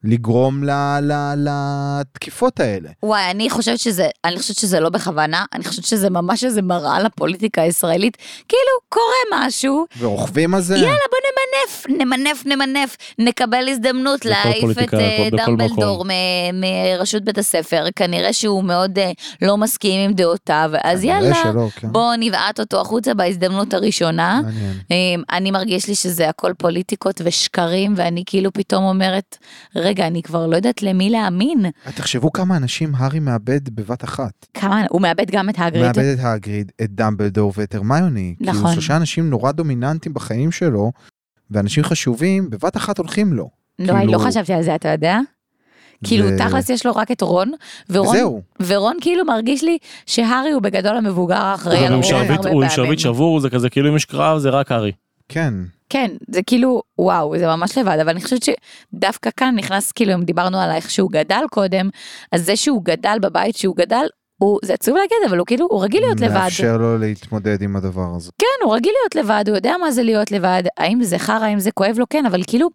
B: לגרום ל- ל- לתקיפות האלה.
D: וואי, אני חושבת שזה, אני חושבת שזה לא בכוונה, אני חושבת שזה ממש איזה מראה לפוליטיקה הישראלית. כאילו, קורה משהו,
B: ורוכבים על זה.
D: יאללה, בוא נמנף, נמנף, נמנף, נקבל הזדמנות
A: בכל
D: להעיף את
A: פוליטיקה,
D: אה,
A: בכל
D: דמבלדור
A: מקום.
D: מ- מרשות בית הספר, כנראה שהוא מאוד אה, לא מסכים עם דעותיו, אז
B: כנראה
D: יאללה,
B: שלא, כן. אה.
D: בואו נבעט אותו החוצה בהזדמנות הראשונה.
B: מעניין.
D: אמ, אני מרגיש לי שזה הכל פוליטיקות ושקרים, ואני כאילו פתאום אומרת, רגע, אני כבר לא יודעת למי להאמין.
B: אה, תחשבו כמה אנשים הארי מאבד בבת אחת.
D: כמה, הוא מאבד גם את האגריד.
B: מאבד את האגריד, את דמבלדור ואת הרמיוני.
D: נכון.
B: כאילו שלושה אנשים נורא דומיננטיים בחיים שלו, ואנשים חשובים, בבת אחת הולכים לו.
D: לא, אני לא
B: כאילו-
D: חשבתי על זה, אתה יודע? כאילו,
B: זה-
D: תכלס יש לו רק את רון, ורון,
B: זהו.
D: ורון כאילו מרגיש לי שהארי הוא בגדול המבוגר האחראי
A: הוא
D: על
A: גם עם
D: רון
A: שרביט-
D: הרבה
A: הוא עם
D: פעמים.
A: שרביט שבור, זה כזה כאילו אם יש קרב זה רק הארי.
B: כן.
D: כן, זה כאילו, וואו, זה ממש לבד, אבל אני חושבת שדווקא כאן נכנס, כאילו, אם דיברנו על איך שהוא גדל קודם, אז זה שהוא גדל בבית שהוא גדל, הוא, זה עצוב להגיד, אבל הוא כאילו, הוא רגיל להיות לבד.
B: מאפשר לו להתמודד עם הדבר הזה.
D: כן, הוא רגיל להיות לבד, הוא יודע מה זה להיות לבד, האם זה חרא, האם זה כואב לו, כן, אבל כאילו,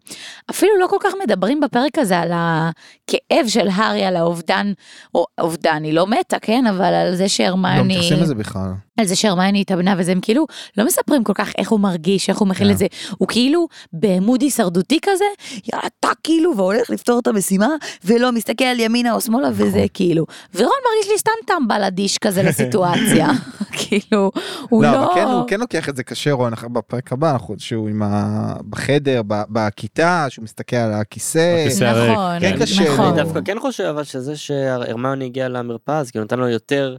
D: אפילו לא כל כך מדברים בפרק הזה על הכאב של הארי, על האובדן, או אובדן, היא לא מתה, כן, אבל על זה
B: לא
D: שהרמיוני,
B: מתייחסים לזה בכלל.
D: על זה שהרמיוני התאבנה, וזה הם כאילו לא מספרים כל כך איך הוא מרגיש, איך הוא מכיל
B: כן.
D: את זה, הוא כאילו במוד הישרדותי כזה, יאללה, אתה כאילו, והולך לפתור את המשימה, ולא מסתכל ימינה או שמאלה,
B: נכון.
D: וזה כאילו, ורון מרגיש לי סתם טמבל אדיש כזה לסיטואציה, כאילו, הוא
B: לא,
D: לא...
B: אבל כן, הוא כן לוקח את זה קשה, רון, אח- בפרק הבא, אנחנו- שהוא עם ה... בחדר, ב- בכיתה, שהוא מסתכל על הכיסא.
A: הכיסא. הריק.
D: נכון,
A: כן,
B: קשה,
D: נכון.
B: או-
C: אני דווקא כן חושב אבל שזה שהרמיוני הגיע למרפאה אז כאילו נתן לו יותר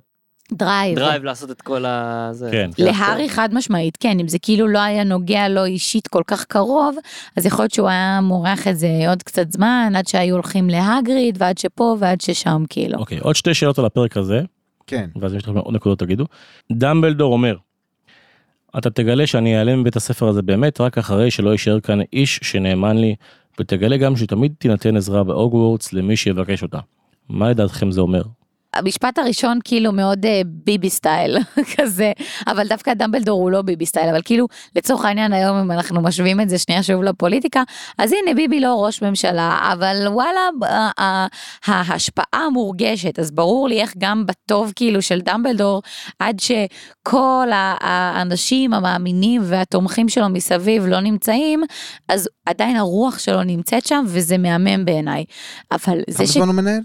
D: דרייב.
C: דרייב לעשות את כל ה... זה.
A: כן.
D: להארי חד משמעית, כן, אם זה כאילו לא היה נוגע לו אישית כל כך קרוב, אז יכול להיות שהוא היה מורח את זה עוד קצת זמן, עד שהיו הולכים להגריד, ועד שפה ועד ששם, כאילו.
A: אוקיי, עוד שתי שאלות על הפרק הזה,
B: כן.
A: ואז אם יש לכם עוד נקודות תגידו. דמבלדור אומר, אתה תגלה שאני אעלם מבית הספר הזה באמת רק אחרי שלא יישאר כאן איש שנאמן לי, ותגלה גם שתמיד תינתן עזרה בהוגוורטס למי שיבקש אותה. מה לדעתכם זה אומר?
D: המשפט הראשון כאילו מאוד אה, ביבי סטייל כזה, אבל דווקא דמבלדור הוא לא ביבי סטייל, אבל כאילו לצורך העניין היום אם אנחנו משווים את זה שנייה שוב לפוליטיקה, אז הנה ביבי לא ראש ממשלה, אבל וואלה אה, אה, ההשפעה מורגשת, אז ברור לי איך גם בטוב כאילו של דמבלדור, עד שכל ה- האנשים המאמינים והתומכים שלו מסביב לא נמצאים, אז עדיין הרוח שלו נמצאת שם וזה מהמם בעיניי, אבל זה
B: כמה
D: ש...
B: זמן הוא מנהל?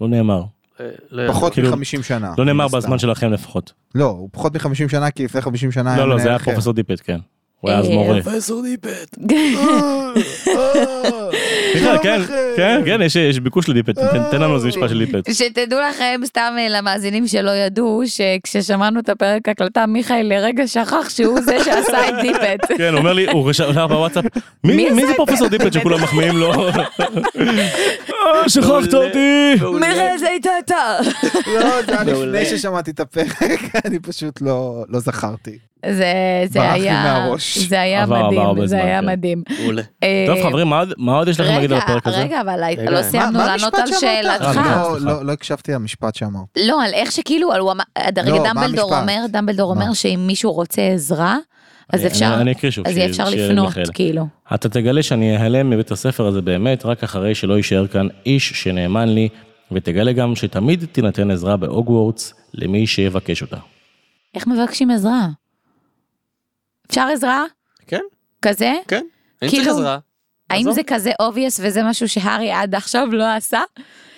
A: לא נאמר.
C: אה, לא יודע.
B: פחות
A: כאילו,
B: מ-50 שנה.
A: לא נאמר
B: מן הסתם.
A: בזמן שלכם לפחות.
B: לא, הוא פחות מ-50 שנה, כי לפני 50 שנה היה
A: לא, לא, זה
B: מנהל
A: היה
B: אחר.
A: פרופסור דיפט, כן. הוא היה אז
D: אה,
A: מורה.
C: פרופסור דיפט.
B: לא,
A: מיכאל, כן, כן, כן, יש- יש ביקוש לדיפט, תן- תן לנו איזה משפט של דיפט.
D: שתדעו לכם, סתם אה, למאזינים שלא ידעו, שכששמענו את הפרק הקלטה, מיכאל לרגע שכח שהוא זה שעשה את דיפט.
A: כן, הוא אומר לי, הוא רשם בוואטסאפ, "מי-
D: מי
A: מי
D: עשה
A: זה
D: את
A: פרופסור
D: זה?"
A: דיפט שכולם מחמיאים לו? אה, שכחת
C: מעולה.
A: אותי!
C: מעולה.
D: מיכאל זה הייתה אתה.
B: לא, זה היה
C: מעולה.
B: לפני ששמעתי את הפרק, אני פשוט לא לא זכרתי.
D: זה- זה
B: ברח לי
D: היה,
B: מהראש.
D: זה היה
A: עבר- עבר הרבה
D: מדהים, זה
A: זמן,
D: היה
A: כן.
D: מדהים.
C: מעולה.
D: אה,
A: טוב חברים, מה עוד- מה עוד יש לכם להגיד על הפרק
D: רגע,
A: הזה?
D: רגע, אבל
C: רגע.
D: לא
C: מה-
D: סיימנו
B: מה- מה
D: לענות
B: המשפט
D: על
B: שאמרת?
D: שאלתך.
A: אה,
B: לא,
A: סליחה.
B: לא, לא הקשבתי למשפט שאמרת.
D: לא, על איך שכאילו, על הוא אמר,
B: לא, מה
D: הרגע דמבלדור
B: המשפט?
D: אומר, דמבלדור
B: מה?
D: אומר שאם מישהו רוצה עזרה, אז
A: אני-
D: אפשר,
A: אני אקריא שוב.
D: אז
A: שיהיה-
D: יהיה אפשר
A: שיהיה
D: לפנות,
A: למיכאל.
D: כאילו.
A: אתה תגלה שאני אהלם מבית הספר הזה באמת, רק אחרי שלא יישאר כאן איש שנאמן לי, ותגלה גם שתמיד תינתן עזרה בהוגוורטס למי שיבקש אותה.
D: איך מבקשים עזרה? אפשר עזרה?
C: כן.
D: כזה?
C: אם צריך
D: כאילו-
C: עזרה.
D: האם
C: עזוב.
D: זה כזה obvious וזה משהו שהארי עד עכשיו לא עשה?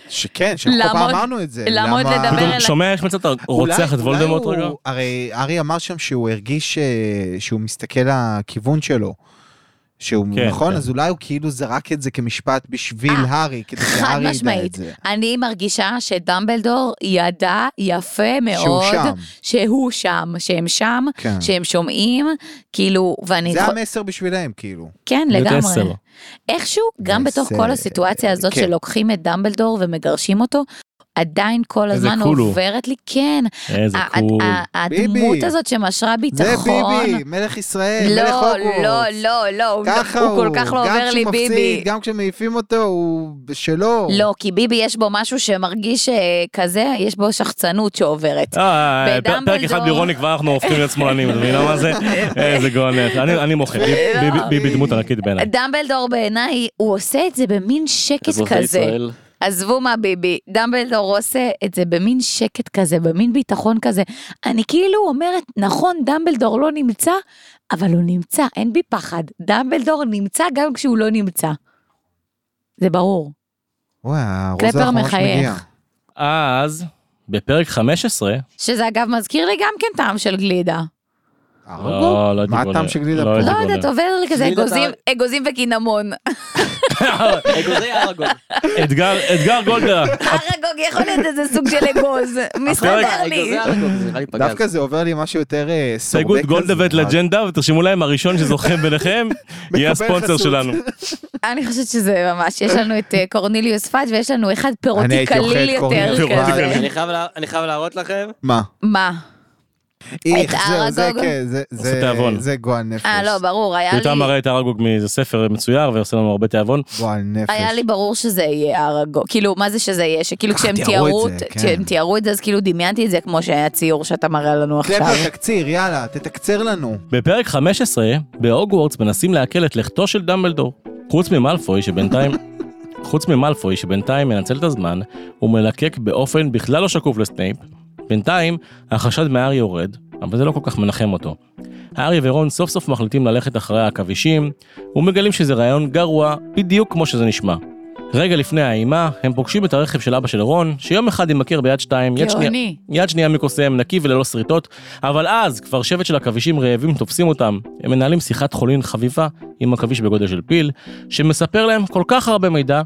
B: שכן, שכל פעם
D: לעמוד-
B: אמרנו את זה.
D: לעמוד
B: למה-
D: לדבר
A: פתאום
D: אליי.
A: שומע איך מצאת אתה
B: אולי-
A: רוצח את
B: אולי
A: וולדמורט
B: הוא-
A: רגע?
B: הרי ארי אמר שם שהוא הרגיש אה, שהוא מסתכל לכיוון שלו. שהוא
A: כן,
B: נכון
A: כן.
B: אז אולי הוא כאילו זרק את זה כמשפט בשביל
D: אה,
B: הארי כדי
D: חד
B: שהארי ידע
D: משמעית.
B: את זה.
D: אני מרגישה שדמבלדור ידע יפה
B: שהוא
D: מאוד
B: שם.
D: שהוא שם, שהם שם,
B: כן.
D: שהם שומעים, כאילו, ואני...
B: זה
D: חו-
B: המסר בשבילהם כאילו.
D: כן,
A: להיות
D: לגמרי.
A: עשר.
D: איכשהו, גם
B: זה-
D: בתוך כל הסיטואציה הזאת
B: כן.
D: שלוקחים את דמבלדור ומגרשים אותו, עדיין כל
A: איזה
D: הזמן
A: קול הוא.
D: עוברת לי, כן,
A: איזה
D: ה- ה-
A: קול.
D: ה- הדמות
B: ביבי.
D: הזאת שמשרה
B: זה
D: ביטחון.
B: ביבי, מלך ישראל, מלך
D: לא,
B: הוגוורטס.
D: לא, לא, לא, הוא
B: ככה
D: הוא
B: הוא,
D: כל כך לא עובר לי
B: גם כשהוא
D: ביבי.
B: מפסיד, גם כשמעיפים אותו, הוא שלו.
D: לא, כי ביבי יש בו משהו שמרגיש אה, כזה, יש בו שחצנות שעוברת.
A: אה, פ-
D: בדמבלדור.
A: פרק אחד בירוני כבר אנחנו הופכים להיות שמאלנים, אתה מבין מה זה?
B: אה,
A: איזה גאונת. אני אני
B: לא.
A: מוחה, ביבי- ביבי- ביבי דמות ענקית בעיניי.
D: דמבלדור בעיניי, הוא עושה את זה במין שקט
C: אזרחי
D: כזה.
C: ישראל.
D: עזבו מה ביבי, דמבלדור עושה את זה במין שקט כזה, במין ביטחון כזה. אני כאילו אומרת, נכון, דמבלדור לא נמצא, אבל הוא נמצא, אין בי פחד. דמבלדור נמצא גם כשהוא לא נמצא. זה ברור.
B: וואי, הרוז
D: קלפר
B: האחרון
D: מחייך.
B: שמגיע.
A: אז, בפרק
B: אה,
A: 15,
D: שזה אגב מזכיר לי גם כן טעם של גלידה.
B: ארגו?
A: לא הייתי
B: אוקיי. מה
A: גולה.
B: הטעם של
A: לא
B: גלידה פה?
A: הייתי
D: לא
A: גולה.
D: יודעת, עובר לי כזה
C: גלידה
D: אגוזים, אגוזים וקינמון.
C: אגוזי ארגון.
B: אוקיי.
A: אתגר- אתגר גולדה.
D: הרגוג יכול להיות איזה סוג של אגוז, מסתדר לי.
C: אגוזי ארגון, זה נראה לי פגז.
B: דווקא זה עובר לי משהו יותר אה, סורבה כזה.
A: הסתייגות גולדבט לג'נדה, ותרשמו להם, הראשון שזוכה ביניכם, יהיה
B: מקבל
A: הספונסר
B: חסות.
A: שלנו.
D: אני חושבת שזה ממש, יש לנו את אה, קורניליוס פאג' ויש לנו אחד
B: אני
D: פירוטי
B: הייתי אוכל
D: קליל
B: את
D: יותר
B: קורניליוס
D: כזה.
B: פאג'.
C: אני חייב לה- אני חייב להראות לכם.
B: מה?
D: מה?
B: איך, זהו,
D: הארגוג?
B: זה כן, זה-
A: עושה
B: זה-
A: תיאבון.
B: זה גועל נפש.
D: אה, לא, ברור, היה לי...
A: יותם מראה את הרגוג מאיזה ספר מצויר, ועושה לנו הרבה תיאבון.
B: גועל נפש.
D: היה לי ברור שזה יהיה ארגו, כאילו מה זה שזה יהיה, שכאילו
B: ככה
D: כשהם
B: אה, תיארו את
D: תיארו,
B: זה, כן.
D: כשהם תיארו את זה אז כאילו דמיינתי את זה כמו שהיה ציור שאתה מראה לנו עכשיו.
B: קלפר,
A: אה,
B: תקציר, יאללה, תתקצר לנו.
A: בפרק 15, בהוגוורטס מנסים לעכל את לכתו של דמבלדור. חוץ ממלפוי שבינתיים... חוץ ממלפוי שבינתיים מנצל את הזמן, הוא מלקק באופן בכלל לא שקוף לסנייפ. בינתיים, החשד מהארי יורד, אבל זה לא כל כך מנחם אותו. הארי ורון סוף סוף מחליטים ללכת אחרי העכבישים, ומגלים שזה רעיון גרוע, בדיוק כמו שזה נשמע. רגע לפני האימה, הם פוגשים את הרכב של אבא של רון, שיום אחד יימכר ביד שתיים, יד שנייה...
D: גאוני.
A: יד שנייה מקוסם, נקי וללא שריטות, אבל אז כבר שבט של עכבישים רעבים תופסים אותם. הם מנהלים שיחת חולין חביבה עם עכביש בגודל של פיל, שמספר להם כל כך הרבה מידע,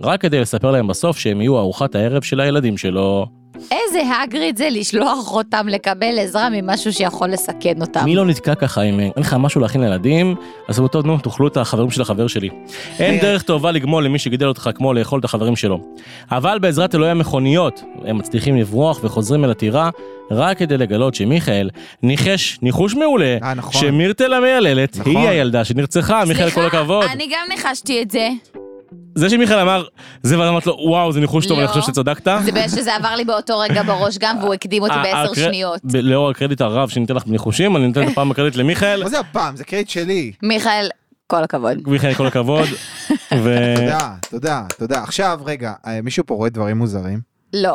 A: רק כדי לספר להם בסוף שהם יהיו ארוחת הערב של הילדים שלו.
D: איזה הגריד זה לשלוח אותם לקבל עזרה ממשהו שיכול לסכן אותם.
A: מי לא נתקע ככה אם אין לך משהו להכין לילדים? אז הוא טוב, נו, תאכלו את החברים של החבר שלי. אין דרך טובה לגמול למי שגידל אותך כמו לאכול את החברים שלו. אבל בעזרת אלוהי המכוניות, הם מצליחים לברוח וחוזרים אל הטירה, רק כדי לגלות שמיכאל ניחש ניחוש מעולה.
B: אה, נכון.
A: שמירטל המייללת
B: נכון.
A: היא הילדה שנרצחה, מיכאל כל הכבוד.
D: סליחה, אני גם ניחשתי את זה.
A: זה שמיכאל אמר, זה ואז אמרת לו, וואו, זה ניחוש טוב,
D: לא.
A: אני חושב שצדקת.
D: זה בעיה שזה עבר לי באותו רגע בראש גם, והוא הקדים
B: אה,
D: אותי
A: ה-
D: בעשר
A: הקר-
D: שניות.
A: ב- לאור הקרדיט הרב שניתן לך בניחושים, אני נותן את הפעם הקרדיט למיכאל.
B: מה זה הפעם? זה קרדיט שלי.
D: מיכאל, כל הכבוד.
A: מיכאל כל הכבוד. ו-
B: תודה, תודה, תודה. עכשיו, רגע, אה, מישהו פה רואה דברים מוזרים?
D: לא.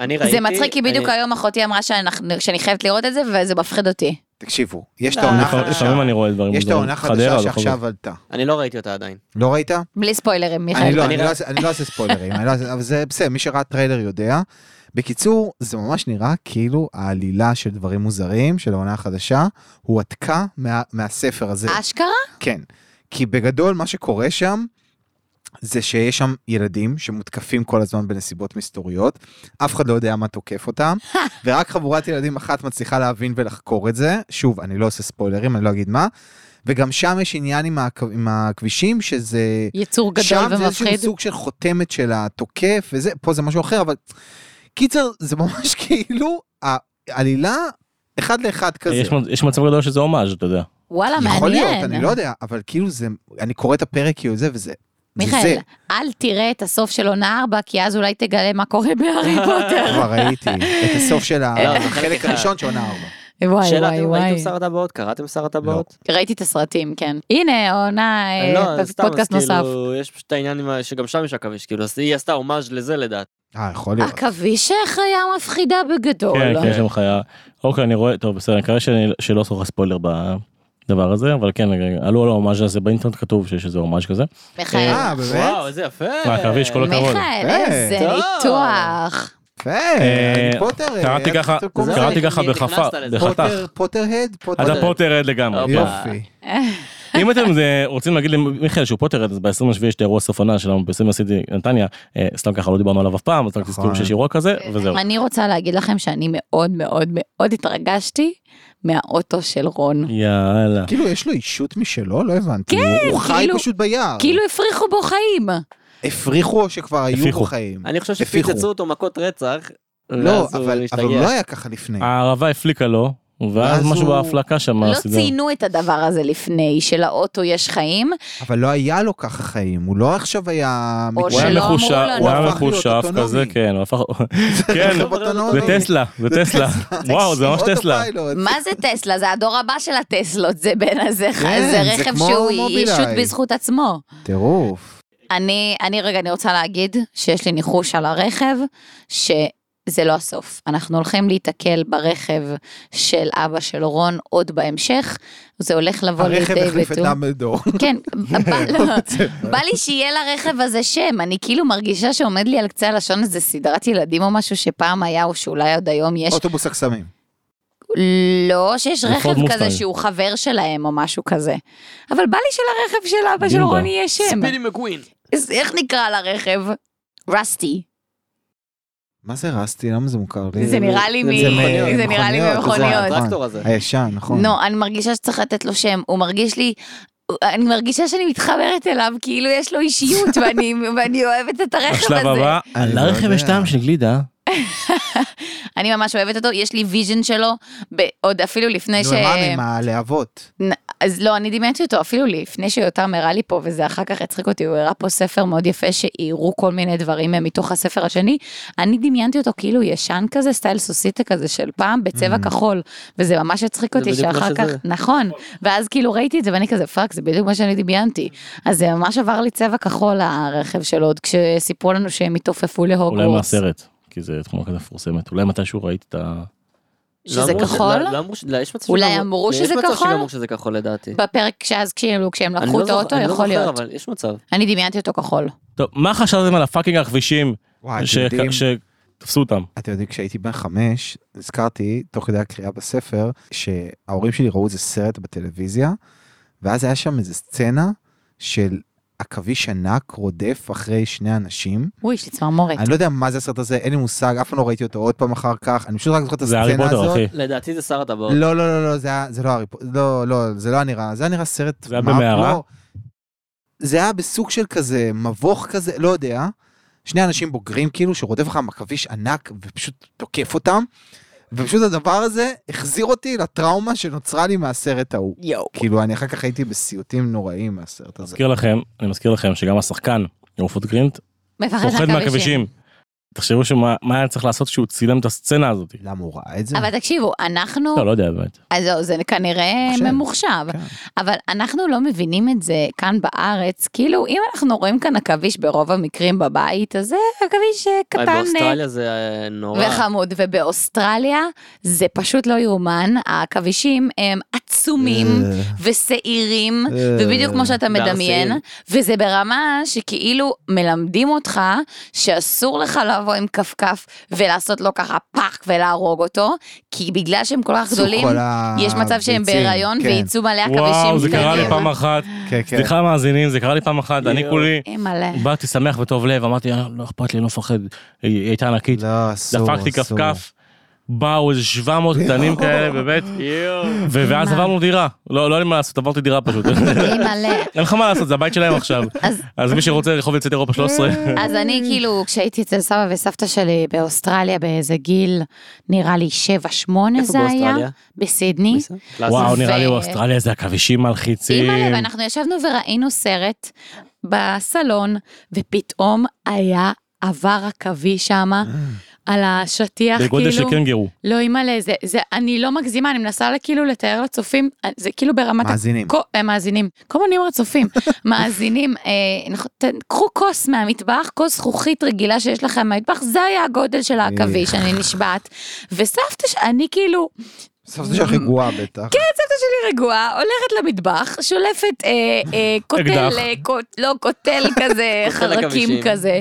C: אני ראיתי...
D: זה מצחיק, כי בדיוק
C: אני-
D: היום אחותי אמרה שאנחנו- שאני חייבת לראות את זה, וזה מפחיד אותי.
B: תקשיבו, יש את
C: אה,
B: העונה
A: לפעמים- לא, לפעמים
B: החדשה.
A: אני רואה דברים.
B: יש את
A: מוזרים.
B: העונה
A: חדרה,
B: החדשה
A: לא חוזר.
B: שעכשיו עלתה.
C: אני לא ראיתי אותה עדיין.
B: לא ראית?
D: בלי ספוילרים, מיכאל.
B: אני לא,
C: אני
B: אני לא
C: רק-
B: אעשה- אני לא אעשה ספוילרים, אני לא אעשה- אבל זה בסדר, מי שראה טריילר יודע. בקיצור, זה ממש נראה כאילו העלילה של דברים מוזרים של העונה החדשה הועתקה מה- מהספר הזה.
D: אשכרה?
B: כן. כי בגדול מה שקורה שם, זה שיש שם ילדים שמותקפים כל הזמן בנסיבות מסתוריות, אף אחד לא יודע מה תוקף אותם, ורק חבורת ילדים אחת מצליחה להבין ולחקור את זה. שוב, אני לא עושה ספוילרים, אני לא אגיד מה. וגם שם יש עניין עם, הכ... עם הכבישים, שזה...
D: יצור
B: שם
D: גדול
B: זה איזשהו
D: ומפחיד.
B: סוג של חותמת של התוקף, וזה, פה זה משהו אחר, אבל... קיצר, זה ממש כאילו, העלילה אחד לאחד כזה.
A: יש מצ- יש מצב גדול שזה הומאז', אתה יודע.
D: וואלה, אה, מעניין.
B: יכול להיות, אני לא יודע, אבל כאילו זה, אני קורא את הפרק כאילו זה וזה. זה
D: מיכאל,
B: זה.
D: אל תראה את הסוף של עונה 4, כי אז אולי תגלה מה קורה בהארי פוטר.
B: כבר ראיתי את הסוף של
C: לא, זה
B: החלק
C: חלק
B: הראשון של עונה ארבע.
D: וואי,
C: שאלה,
D: וואי,
C: אתם
D: וואי.
C: ראיתם שר הטבעות? קראתם שר הטבעות?
D: ראיתי את הסרטים, כן. הנה, עונה, אה,
C: לא, סתם, אז
D: פודקאסט נוסף.
C: כאילו, יש פשוט את העניין עם ה- שגם שם יש עכביש, כאילו, אז היא עשתה הומאז' לזה לדעת.
B: אה, יכול להיות.
D: עכביש חיה מפחידה בגדול.
A: כן, כן, יש שם חיה. אוקיי, אני רואה, טוב, בסדר, אני מקווה שאני- שלא סוחר ספוילר בדבר הזה, אבל כן, רגע, עלו על ההומאז' הזה, באינטרנט כתוב שיש איזה הומאז' כזה.
D: מיכאל,
B: אה, באמת?
C: וואו, איזה יפה.
A: והעכביש כל הכבוד.
D: מיכאל,
B: אה,
D: איזה
C: טוב.
D: ניתוח.
B: יפה,
A: אה,
B: הארי פוטר. אה,
A: קראתי
B: היה
A: ככה,
B: כתוב כל מיני-
C: זה
A: קראתי
C: איך
A: ככה
C: נכנסת
A: בחפה,
C: לזה?
A: בחתך.
B: פוטר, פוטר הד? פוטר
A: אתה פוטרהד לגמרי.
D: אה,
C: אוקיי.
A: יופי.
B: יופי.
A: אם אתם אה, רוצים להגיד למיכאל שהוא פוטרהד, אז ב-27 יש את האירוע סוף עונה שלנו בסמר סיטי נתניה, אה, סתם ככה לא דיברנו עליו אף פעם, אז רק
B: נכון.
A: תזכרו שיש אירוע כזה,
D: כן,
A: וזהו.
D: אני רוצה להגיד לכם שאני מאוד מאוד מאוד התרגשתי מהאוטו של רון.
A: יאללה.
B: כאילו יש לו אישות משלו? לא הבנתי. הוא חי
D: כן, כאילו-
B: פשוט ביער.
D: כאילו הפריחו בו חיים.
B: הפריחו או שכבר היו
A: הפיחו.
B: בחיים?
C: אני חושב
B: הפיחו.
C: שפוצצו אותו מכות רצח.
B: לא,
C: ואז הוא
B: אבל אבל
C: השתגע.
B: הוא לא היה ככה לפני.
A: הערבה הפליקה לו, ואז
B: ואז
A: משהו
B: הוא-
A: בהפלקה שם,
D: לא
A: הסדרה.
D: ציינו את הדבר הזה לפני, שלאוטו יש חיים,
B: אבל לא היה לו ככה חיים, הוא לא עכשיו היה...
D: או
A: הוא היה
D: שלא אמרו
A: מחושב,
D: לנו.
A: הוא היה
B: הוא הפך להיות
A: מחושב
B: אוטונומי.
A: כזה, כן, הוא הפך... כן,
B: רכב אוטונומי.
A: זה טסלה, זה טסלה. וואו, זה ממש טסלה.
B: אוטופיילוט.
D: מה זה טסלה? זה הדור הבא של הטסלות, זה בין הזה,
B: כן,
D: זה
B: זה
D: רכב
B: כמו
D: שהוא
B: מובילאיי.
D: ישות בזכות עצמו.
B: טירוף.
D: אני, אני רגע, אני רוצה להגיד שיש לי ניחוש על הרכב, שזה לא הסוף. אנחנו הולכים להיתקל ברכב של אבא של רון עוד בהמשך, זה הולך לבוא לידי
B: הרכב
D: ביטוי.
B: החליף את דמבלדור.
D: כן, בא, לא, בא לי שיהיה לרכב הזה שם, אני כאילו מרגישה שעומד לי על קצה הלשון איזה סדרת ילדים או משהו שפעם היה, או שאולי עוד היום יש.
B: אוטובוס הקסמים.
D: לא, שיש
A: זה
D: רכב
A: פורד מוסטנג.
D: כזה שהוא חבר שלהם או משהו כזה. אבל בא לי שלרכב של אבא של
A: גילדה.
D: רון יהיה שם.
C: ספידי מקווין.
D: אז איך נקרא לרכב? רסטי.
B: מה זה רסטי? למה זה מוכר לי?
D: זה נראה לי
C: זה
D: מ-
C: ממכוניות.
D: זה נראה לי
B: מכוניות,
D: ממכוניות.
B: נכון.
C: הטרקטור הזה.
B: הישן, נכון.
D: לא, אני מרגישה שצריך לתת לו שם, הוא מרגיש לי... אני מרגישה שאני מתחברת אליו, כאילו יש לו אישיות ואני, ואני אוהבת את הרכב
A: השלב
D: הזה.
A: הבא,
B: אני
A: על
B: לא
A: הרכב
B: יודע.
A: יש טעם של גלידה.
D: אני ממש אוהבת אותו, יש לי ויז'ן שלו, ב- עוד אפילו לפני ש...
B: נו, מה עם הלהבות?
D: אז לא, אני דמיינתי אותו אפילו לפני שיותם הראה לי פה, וזה אחר כך הצחיק אותי, הוא הראה פה ספר מאוד יפה שאירו כל מיני דברים אה, מתוך הספר השני. אני דמיינתי אותו כאילו ישן כזה, סטייל סוסיטה כזה של פעם, בצבע
B: Mhm.
D: כחול. וזה ממש הצחיק
C: Mm-hmm. זה
D: אותי
C: בדיוק מה
D: שאחר כך,
C: שזה.
D: נכון. ואז כאילו ראיתי את זה ואני כזה, פאק, זה בדיוק מה שאני דמיינתי. אז זה ממש עבר לי צבע כחול הרכב שלו, עוד כשסיפרו לנו שהם התעופפו
A: אולי
D: להוגוורטס.
A: מהסרט, כי זה תמונה כזה מפורסמת. אולי מתישהו ראית את ה...
D: שזה
C: לא אמרו ש-
D: כחול?
C: לא- לא אמרו ש- לא, יש מצב
D: אולי
C: שגם-
D: אמרו
C: יש
D: שזה
C: מצב
D: כחול?
C: שגם אמרו שזה כחול לדעתי.
D: בפרק שאז כשהם כשהם
C: אני
D: לקחו
C: לא
D: את
C: זוכר-
D: האוטו,
C: אני לא
D: יכול
C: זוכר,
D: להיות.
C: אבל יש מצב.
D: אני דמיינתי אותו כחול.
A: טוב, מה חשבתם על הפאקינג הכבישים
B: וואי,
A: ש-
B: אתם יודעים,
A: שתפסו אותם?
B: אתם יודעים, כשהייתי בן חמש, הזכרתי, תוך כדי הקריאה בספר, שההורים שלי ראו איזה סרט בטלוויזיה, ואז היה שם איזה סצנה של עכביש ענק רודף אחרי שני אנשים.
D: אוי, יש לי צמרמורת.
B: אני לא יודע מה זה הסרט הזה, אין לי מושג, אף פעם לא ראיתי אותו עוד פעם אחר כך, אני פשוט רק זוכר את
A: זה
B: הסצנה
A: הארי
B: הזאת.
A: פוטר, אחי.
C: לדעתי זה שר הטבעות.
B: לא, לא, לא, לא, זה היה- זה לא הארי פוטר, לא, לא, זה לא היה נראה, זה היה נראה סרט.
A: זה היה
B: מה-
A: במערה?
B: לא. זה היה בסוג של כזה מבוך כזה, לא יודע. שני אנשים בוגרים כאילו, שרודף לך מכביש ענק ופשוט תוקף אותם. ופשוט הדבר הזה החזיר אותי לטראומה שנוצרה לי מהסרט ההוא.
D: יואו.
B: כאילו, אני אחר כך הייתי בסיוטים נוראים מהסרט הזה.
A: מזכיר לכם, אני מזכיר לכם שגם השחקן, יורפוט גרינט,
D: מפחד
A: פוחד מהכבישים. תחשבו שמה מה היה צריך לעשות כשהוא צילם את הסצנה הזאת.
B: למה הוא ראה את זה?
D: אבל תקשיבו, אנחנו,
A: לא, לא יודע באמת.
D: אז זהו, זה כנראה
B: מחשב.
D: ממוחשב,
B: כן.
D: אבל אנחנו לא מבינים את זה כאן בארץ, כאילו אם אנחנו רואים כאן עכביש ברוב המקרים בבית, אז זה עכביש אה,
C: וואי,
D: קטן אה,
C: באוסטרליה זה אה, נורא.
D: וחמוד, ובאוסטרליה זה פשוט לא יאומן, העכבישים הם עצומים
B: אה,
D: ושעירים,
B: אה,
D: ובדיוק כמו שאתה מדמיין,
C: והרסיים.
D: וזה ברמה שכאילו מלמדים אותך שאסור לך לבוא עם כפכף ולעשות לו ככה פח ולהרוג אותו, כי בגלל שהם כל כך
B: עשו
D: גדולים,
B: כל ה-
D: יש מצב שהם
B: ביצים,
D: בהיריון
B: כן,
D: וייצאו מלא עכבישים קטנים.
A: וואו, זה קרה לי פעם אחת.
B: כן, כן.
A: סליחה מאזינים, זה קרה לי פעם אחת, אני
C: יואו.
A: כולי
D: אין מלא.
A: באתי שמח וטוב לב, אמרתי, "אה, לא אכפת לי, לא מפחד, היא היא הייתה ענקית.
B: לא, אסור,
A: דפקתי
B: אסור.
A: כפכף, באו איזה 700 קטנים כאלה, באמת,
C: יואו.
A: ו- ואז
D: מה?
A: עברנו דירה. לא, לא היה לי מה לעשות, עברתי דירה פשוט.
D: אין מלא.
A: אין לך מה לעשות, זה הבית שלהם עכשיו.
D: אז-
A: אז מי שרוצה רחוב יוצאת אירופה 13.
D: אז אני
C: Mm.
D: כאילו, כשהייתי אצל סבא וסבתא שלי באוסטרליה באיזה גיל, נראה לי 7-8
C: איפה
D: זה היה,
C: באוסטרליה?
D: בסידני.
C: בסדר? קלאסי.
A: וואו,
D: ו-
A: נראה לי אוסטרליה זה הכבישים מלחיצים.
D: אימא'לה, ואנחנו ישבנו וראינו סרט בסלון, ופתאום היה עבר עכביש שמה
C: אה.
D: על השטיח,
A: בגודל של
D: כאילו,
A: קנגרו.
D: לא אימא'לה, זה, זה, אני לא מגזימה, אני מנסה לה, כאילו לתאר לצופים, זה כאילו ברמת...
B: מאזינים.
D: כל, אה, מאזינים, כל מיני אומרת צופים, מאזינים, אה, נכון, ת- קחו כוס מהמטבח, כוס זכוכית רגילה שיש לכם מהמטבח, זה היה הגודל של העכביש, אני נשבעת. וסבתא, ש- אני כאילו,
B: סבתא שלך רגועה בטח. כן.
D: אני רגועה, הולכת למטבח, שולפת אה, אה, קוטל,
A: אקדח.
D: אה, קוט- לא, קוטל כזה,
C: קוטל
D: חרקים
C: עכבישים.
D: כזה,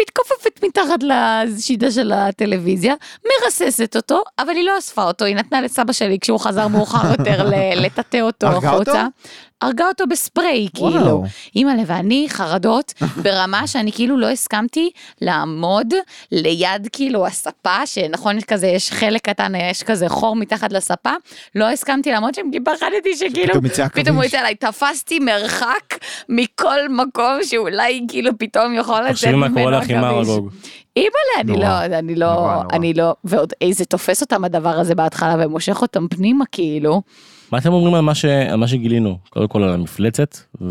D: מתכופפת מתחת לשידה של הטלוויזיה, מרססת אותו, אבל היא לא אספה אותו, היא נתנה לסבא שלי כשהוא חזר מאוחר יותר ל- לטאטא אותו
B: הרגה אותו?
D: החוצה. הרגה אותו בספריי, כאילו.
B: וואו.
D: אימא'לה, ואני חרדות ברמה שאני כאילו לא הסכמתי לעמוד ליד כאילו הספה, שנכון, יש כזה, יש חלק קטן, יש כזה חור מתחת לספה, לא הסכמתי לעמוד שם, כי פחדתי שכאילו...
B: פתאום יצא
D: פתאום הוא
B: עכביש.
D: יצא עליי, תפסתי מרחק מכל מקום שאולי כאילו פתאום יכול לצאת
A: תחשבי
D: ממנו
A: מה קורה לך עם
D: עכביש.
A: אראגוג.
D: אימא'לה, אני
B: נורא.
D: לא, אני לא,
B: נורא, נורא.
D: אני לא, ועוד איזה תופס אותם הדבר הזה בהתחלה ומושך אותם פנימה כאילו.
A: מה אתם אומרים על מה ש- על מה שגילינו? קודם כל על המפלצת, וכן,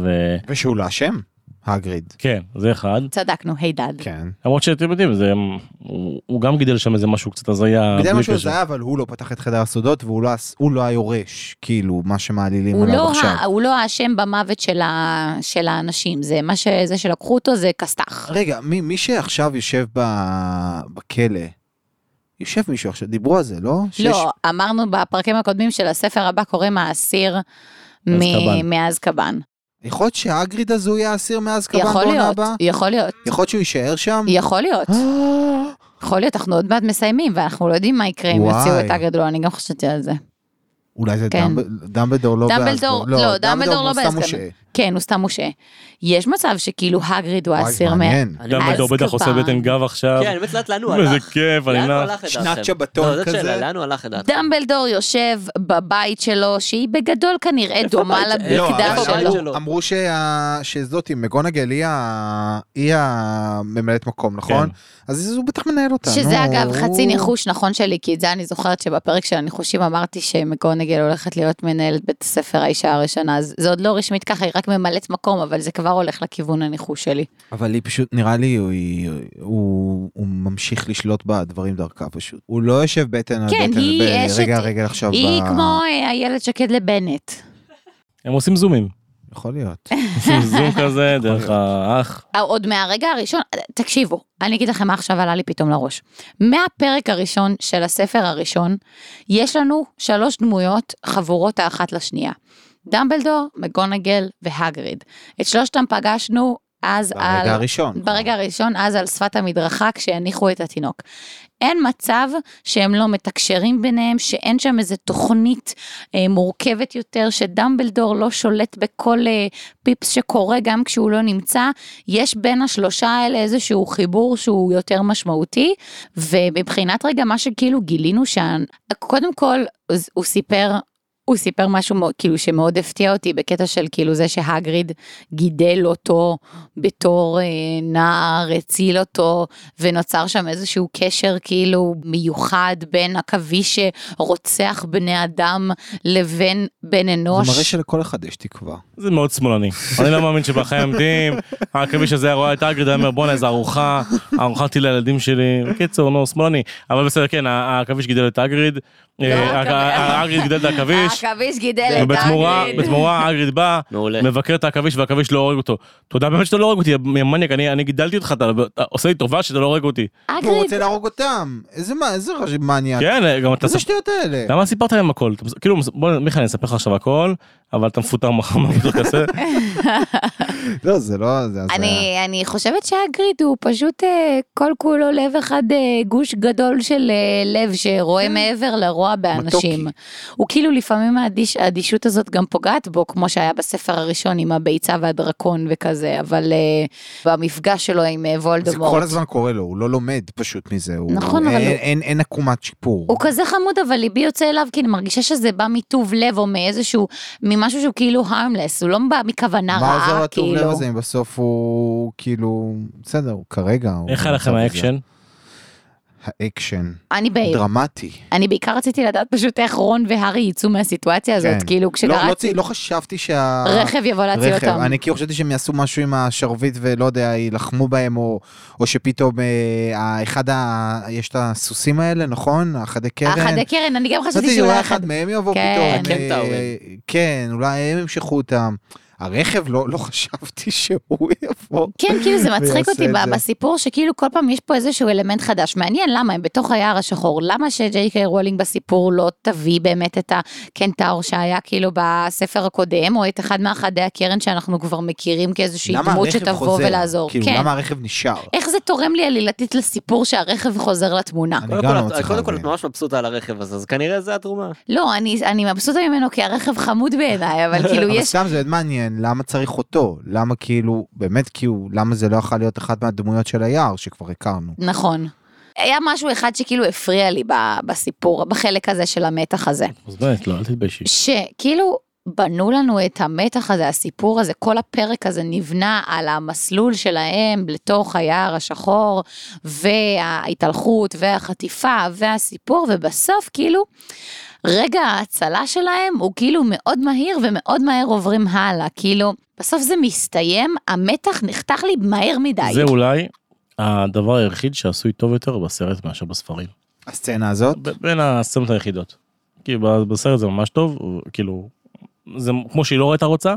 B: ושהוא לא אשם, הגריד.
A: זה אחד.
D: צדקנו, היי דד.
B: כן.
A: למרות שאתם יודעים, זה, הוא, הוא גם גידל שם איזה משהו קצת הזיה.
B: בגלל
A: בלי
B: משהו
A: קשר.
B: זה היה, אבל הוא לא פתח את חדר הסודות והוא לא, הס- הוא לא היורש, כאילו, מה שמעלילים
D: הוא
B: עליו
D: לא,
B: עכשיו.
D: ה, הוא לא האשם במוות של, ה, של האנשים, זה מה ש... זה שלקחו אותו זה כסת"ח.
B: רגע, מי, מי שעכשיו יושב ב... בכלא, יושב מישהו עכשיו, דיברו על זה, לא? שיש-
D: לא, אמרנו בפרקים הקודמים של הספר הבא קוראים האסיר
A: מאזקבאן.
D: מ- מאזקבאן.
B: יכול להיות שהאגריד אז הוא יהיה אסיר מאז קבן
D: יכול
B: בעונה
D: להיות,
B: הבאה? אה.
D: יכול להיות,
B: יכול להיות שהוא יישאר שם?
D: יכול להיות,
B: אה,
D: יכול להיות, אנחנו עוד מעט מסיימים ואנחנו לא יודעים מה יקרה אם
B: וואי.
D: יוציאו את אגד לא, אני גם חשבתי על זה.
B: אולי זה
D: כן.
B: דמב- דמבלדור לא
D: דמבלדור-
B: באסבורג.
D: לא, דמבלדור לא
B: הוא סתם
D: באסבורג.
B: מושעה.
D: כן, הוא סתם מושעה. יש מצב שכאילו הגריד הוא
B: וואי,
D: האסיר מה...
B: מעניין.
C: אני-
A: גם מדור בטח
D: אזקבאן.
A: עושה בטן גב עכשיו.
C: כן, באמת לאט לאן הוא
A: איזה
C: הלך.
A: כיף, אני
C: לאן הוא
A: נח.
C: הלך לדעתכם?
B: שנת שבתון
C: לא, זאת
B: כזה.
C: שאלה, לאן הוא הלך לדעתכם?
D: דמבלדור יושב בבית שלו, שהיא בגדול כנראה דומה
C: הבית?
B: לא,
C: איך
D: לבגידה
C: ידע
B: אבל
C: שהוא
D: שלו.
B: אמרו-
C: שלו?
B: אמרו שה- שזאתי, מגונגל, היא ה- היא הממלאת מקום, נכון? אז הוא בטח מנהל אותה.
D: שזה
B: נו,
D: אגב חצי
B: הוא-
D: ניחוש נכון שלי, כי את זה אני זוכרת שבפרק של הניחושים אמרתי שמקונגל הולכת להיות מנהלת בית הספר האישה הראשונה, אז זה עוד לא רשמית ככה, היא רק ממלאת מקום, אבל זה כבר הולך לכיוון הניחוש שלי.
B: אבל היא פשוט, נראה לי, הוא, הוא, הוא ממשיך לשלוט בדברים דרכה פשוט. הוא לא יושב בטן על
D: כן,
B: בטן,
D: היא
B: ב-
D: אשת-
B: רגע, רגע, עכשיו.
D: היא
B: ב-
D: כמו אה, איילת שקד לבנט.
A: הם עושים זומים.
B: יכול להיות.
A: עושים זום כזה דרך האח.
D: אה, עוד מהרגע הראשון, אה, תקשיבו, אני אגיד לכם מה עכשיו עלה לי פתאום לראש. מהפרק הראשון של הספר הראשון, יש לנו שלוש דמויות חבורות האחת לשנייה. דמבלדור, מגונגל והגריד. את שלושתם פגשנו אז על...
B: ברגע הראשון.
D: ברגע הראשון, אז על שפת המדרכה כשהניחו את התינוק. אין מצב שהם לא מתקשרים ביניהם, שאין שם איזו תוכנית אה, מורכבת יותר, שדמבלדור לא שולט בכל אה, פיפס שקורה גם כשהוא לא נמצא. יש בין השלושה האלה איזשהו חיבור שהוא יותר משמעותי, ומבחינת רגע מה שכאילו גילינו שם, קודם כל אז הוא סיפר... הוא סיפר משהו מאוד- כאילו שמאוד הפתיע אותי בקטע של כאילו זה שהגריד גידל אותו בתור אה, נער, הציל אותו, ונוצר שם איזשהו קשר כאילו מיוחד בין עכביש שרוצח בני אדם לבין בן אנוש.
B: זה מראה שלכל אחד יש תקווה.
A: זה מאוד שמאלני. אני לא מאמין שבחיים עומדים, העכביש הזה היה רואה את אגריד, היה אומר בואנה איזה ארוחה, ארוחה אותי לילדים שלי. בקיצור, נו, שמאלני. אבל בסדר, כן, העכביש גידל את אגריד, אה,
D: העכביש.
A: האגריד גידל את העכביש,
D: העכביש גידל את
A: ובתמורה,
D: האגריד.
A: בתמורה האגריד בא,
C: מעולה.
A: מבקר את העכביש והעכביש לא הורג אותו. תודה באמת שאתה לא הורג אותי, יא מניאק, אני אני גידלתי אותך, אתה אתה עושה לי טובה שאתה לא הורג אותי.
B: הוא
D: אגריד,
B: רוצה להרוג אותם. איזה מה, איזה רש- מניאק.
A: כן, גם אתה...
B: איזה שטויות האלה.
A: למה סיפרת להם הכל? אתה מס- כאילו, בוא, מיכאל, אני אספר לך עכשיו הכל, אבל אתה מפוטר מחר מהפרק הזה.
B: לא, זה לא... זה הזיה.
D: אני, אני חושבת שהגריד הוא פשוט אה, כל כולו לב אחד אה, גוש גדול של אה, לב שרואה
B: כן.
D: מעבר לרוע באנשים.
B: מתוקי.
D: הוא כאילו לפעמים האדיש, האדישות הזאת גם פוגעת בו, כמו שהיה בספר הראשון עם הביצה והדרקון וכזה, אבל אה, במפגש שלו עם אה,
B: זה
D: וולדמורט.
B: כל הזמן קורה לו, הוא לא לומד פשוט מזה. הוא-
D: נכון, אבל
B: אין-
D: הוא-
B: אין- אין עקומת שיפור.
D: הוא כזה חמוד, אבל ליבי יוצא אליו, כי אני מרגישה שזה בא מטוב לב או מאיזשהו, ממשהו שהוא כאילו harmless, הוא לא בא מכוונה רעה, כאילו.
B: מה עוזר לטוב לב הזה אם בסוף הוא כאילו... בסדר, הוא כרגע... הוא
A: איך היה
B: במצב
A: לכם
B: הזה.
A: האקשן?
B: האקשן.
D: אני בעיר.
B: דרמטי.
D: אני בעיקר רציתי לדעת פשוט איך רון והארי יצאו מהסיטואציה הזאת,
B: כן.
D: כאילו
B: לא, לא,
D: כשקראתי,
B: צי- לא חשבתי שה...
D: רכב יבוא להציל
B: רכב.
D: אותם.
B: אני כאילו חשבתי שהם יעשו משהו עם השרביט ולא יודע, יילחמו בהם, או, או שפתאום אה, אחד ה... יש את הסוסים האלה, נכון? החדי קרן.
D: החדי אה, קרן, אני גם חשבתי
B: חשבתי
D: שאולי
B: אולי
D: אחד...
B: אחד מהם יבוא
D: כן.
B: פתאום. אה,
C: הקנטאורים.
B: כן, אולי הם ימשכו אותם. הרכב לא, לא חשבתי שהוא יבוא.
D: כן, כאילו זה מצחיק
B: ויעשה
D: אותי
B: את
D: ב-
B: זה.
D: בסיפור שכאילו כל פעם יש פה איזשהו אלמנט חדש. מעניין למה הם בתוך היער השחור, למה שג'יי קיי רולינג בסיפור לא תביא באמת את הקנטאור שהיה כאילו בספר הקודם, או את אחד מאחדי הקרן שאנחנו כבר מכירים כאיזושהי
B: למה
D: דמות
B: הרכב
D: שתבוא
B: חוזר?
D: ולעזור.
B: כאילו,
D: כן.
B: למה הרכב נשאר?
D: איך זה תורם לי עלילתית לסיפור שהרכב חוזר לתמונה?
B: אני
C: קודם
B: גם לא
C: כל, את-
B: מצליח
C: קודם כל, את
B: להבין.
C: ממש מבסוטה על הרכב הזה, אז כנראה זה התרומה. כן,
D: לא, אני, אני מבסוטה ממנו כי הרכב חמוד בעיניי, אבל כאילו
B: אבל
D: יש...
B: סתם זה באמת מעניין, למה צריך אותו? למה כאילו, באמת כאילו, למה זה לא יכול להיות אחת מהדמויות של היער שכבר הכרנו?
D: נכון. היה משהו אחד שכאילו הפריע לי ב- בסיפור, בחלק הזה של המתח הזה.
A: אז באמת, לא, אל תתביישי.
D: שכאילו בנו לנו את המתח הזה, הסיפור הזה, כל הפרק הזה נבנה על המסלול שלהם לתוך היער השחור, וההתהלכות, והחטיפה, והסיפור, ובסוף כאילו, רגע ההצלה שלהם הוא כאילו מאוד מהיר ומאוד מהר עוברים הלאה, כאילו, בסוף זה מסתיים, המתח נחתך לי מהר מדי.
A: זה אולי הדבר היחיד שעשוי טוב יותר בסרט מאשר בספרים.
B: הסצנה הזאת?
A: ב- בין הסצנות היחידות. כי ב- בסרט זה ממש טוב, כאילו, זה כמו שהיא לא הייתה רוצה,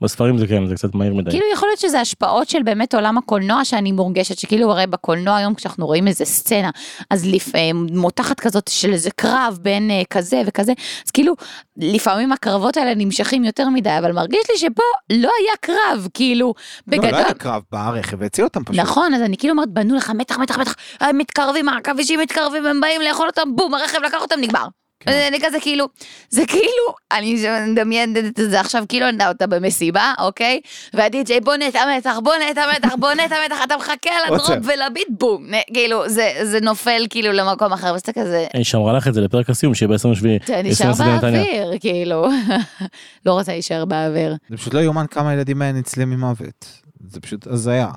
A: בספרים זה כן, זה קצת מהיר מדי.
D: כאילו יכול להיות שזה השפעות של באמת עולם הקולנוע שאני מורגשת, שכאילו הרי בקולנוע היום כשאנחנו רואים איזה סצנה, אז לפ... אה, מותחת כזאת של איזה קרב בין אה, כזה וכזה, אז כאילו לפעמים הקרבות האלה נמשכים יותר מדי, אבל מרגיש לי שפה לא היה קרב, כאילו,
B: לא,
D: בגדול.
B: לא היה קרב, בא הרכב והציל אותם פשוט.
D: נכון, אז אני כאילו אומרת, בנו לך מתח, מתח, מתח, הם מתקרבים, העכבישים מתקרבים, הם באים לאכול אותם, בום, הרכב לקח אותם, נגמר.
B: כן.
D: זה אני כזה כאילו, זה כאילו, אני מדמיינת את זה עכשיו, כאילו אני אותה במסיבה, אוקיי? והדי-ג'יי, בוא נט המתח, בוא נט המתח, בוא נט המתח, אתה מחכה לדרופ
B: עוצר.
D: ולביט, בום. נ- כאילו, זה- זה נופל כאילו למקום אחר, וזה כזה,
A: היא שמרה לך את זה לפרק הסיום, שיהיה ב-27.
D: זה נשאר באוויר, כאילו. לא רוצה להישאר באוויר.
B: זה פשוט לא יאומן כמה ילדים האלה ניצלים ממוות. זה פשוט הזיה.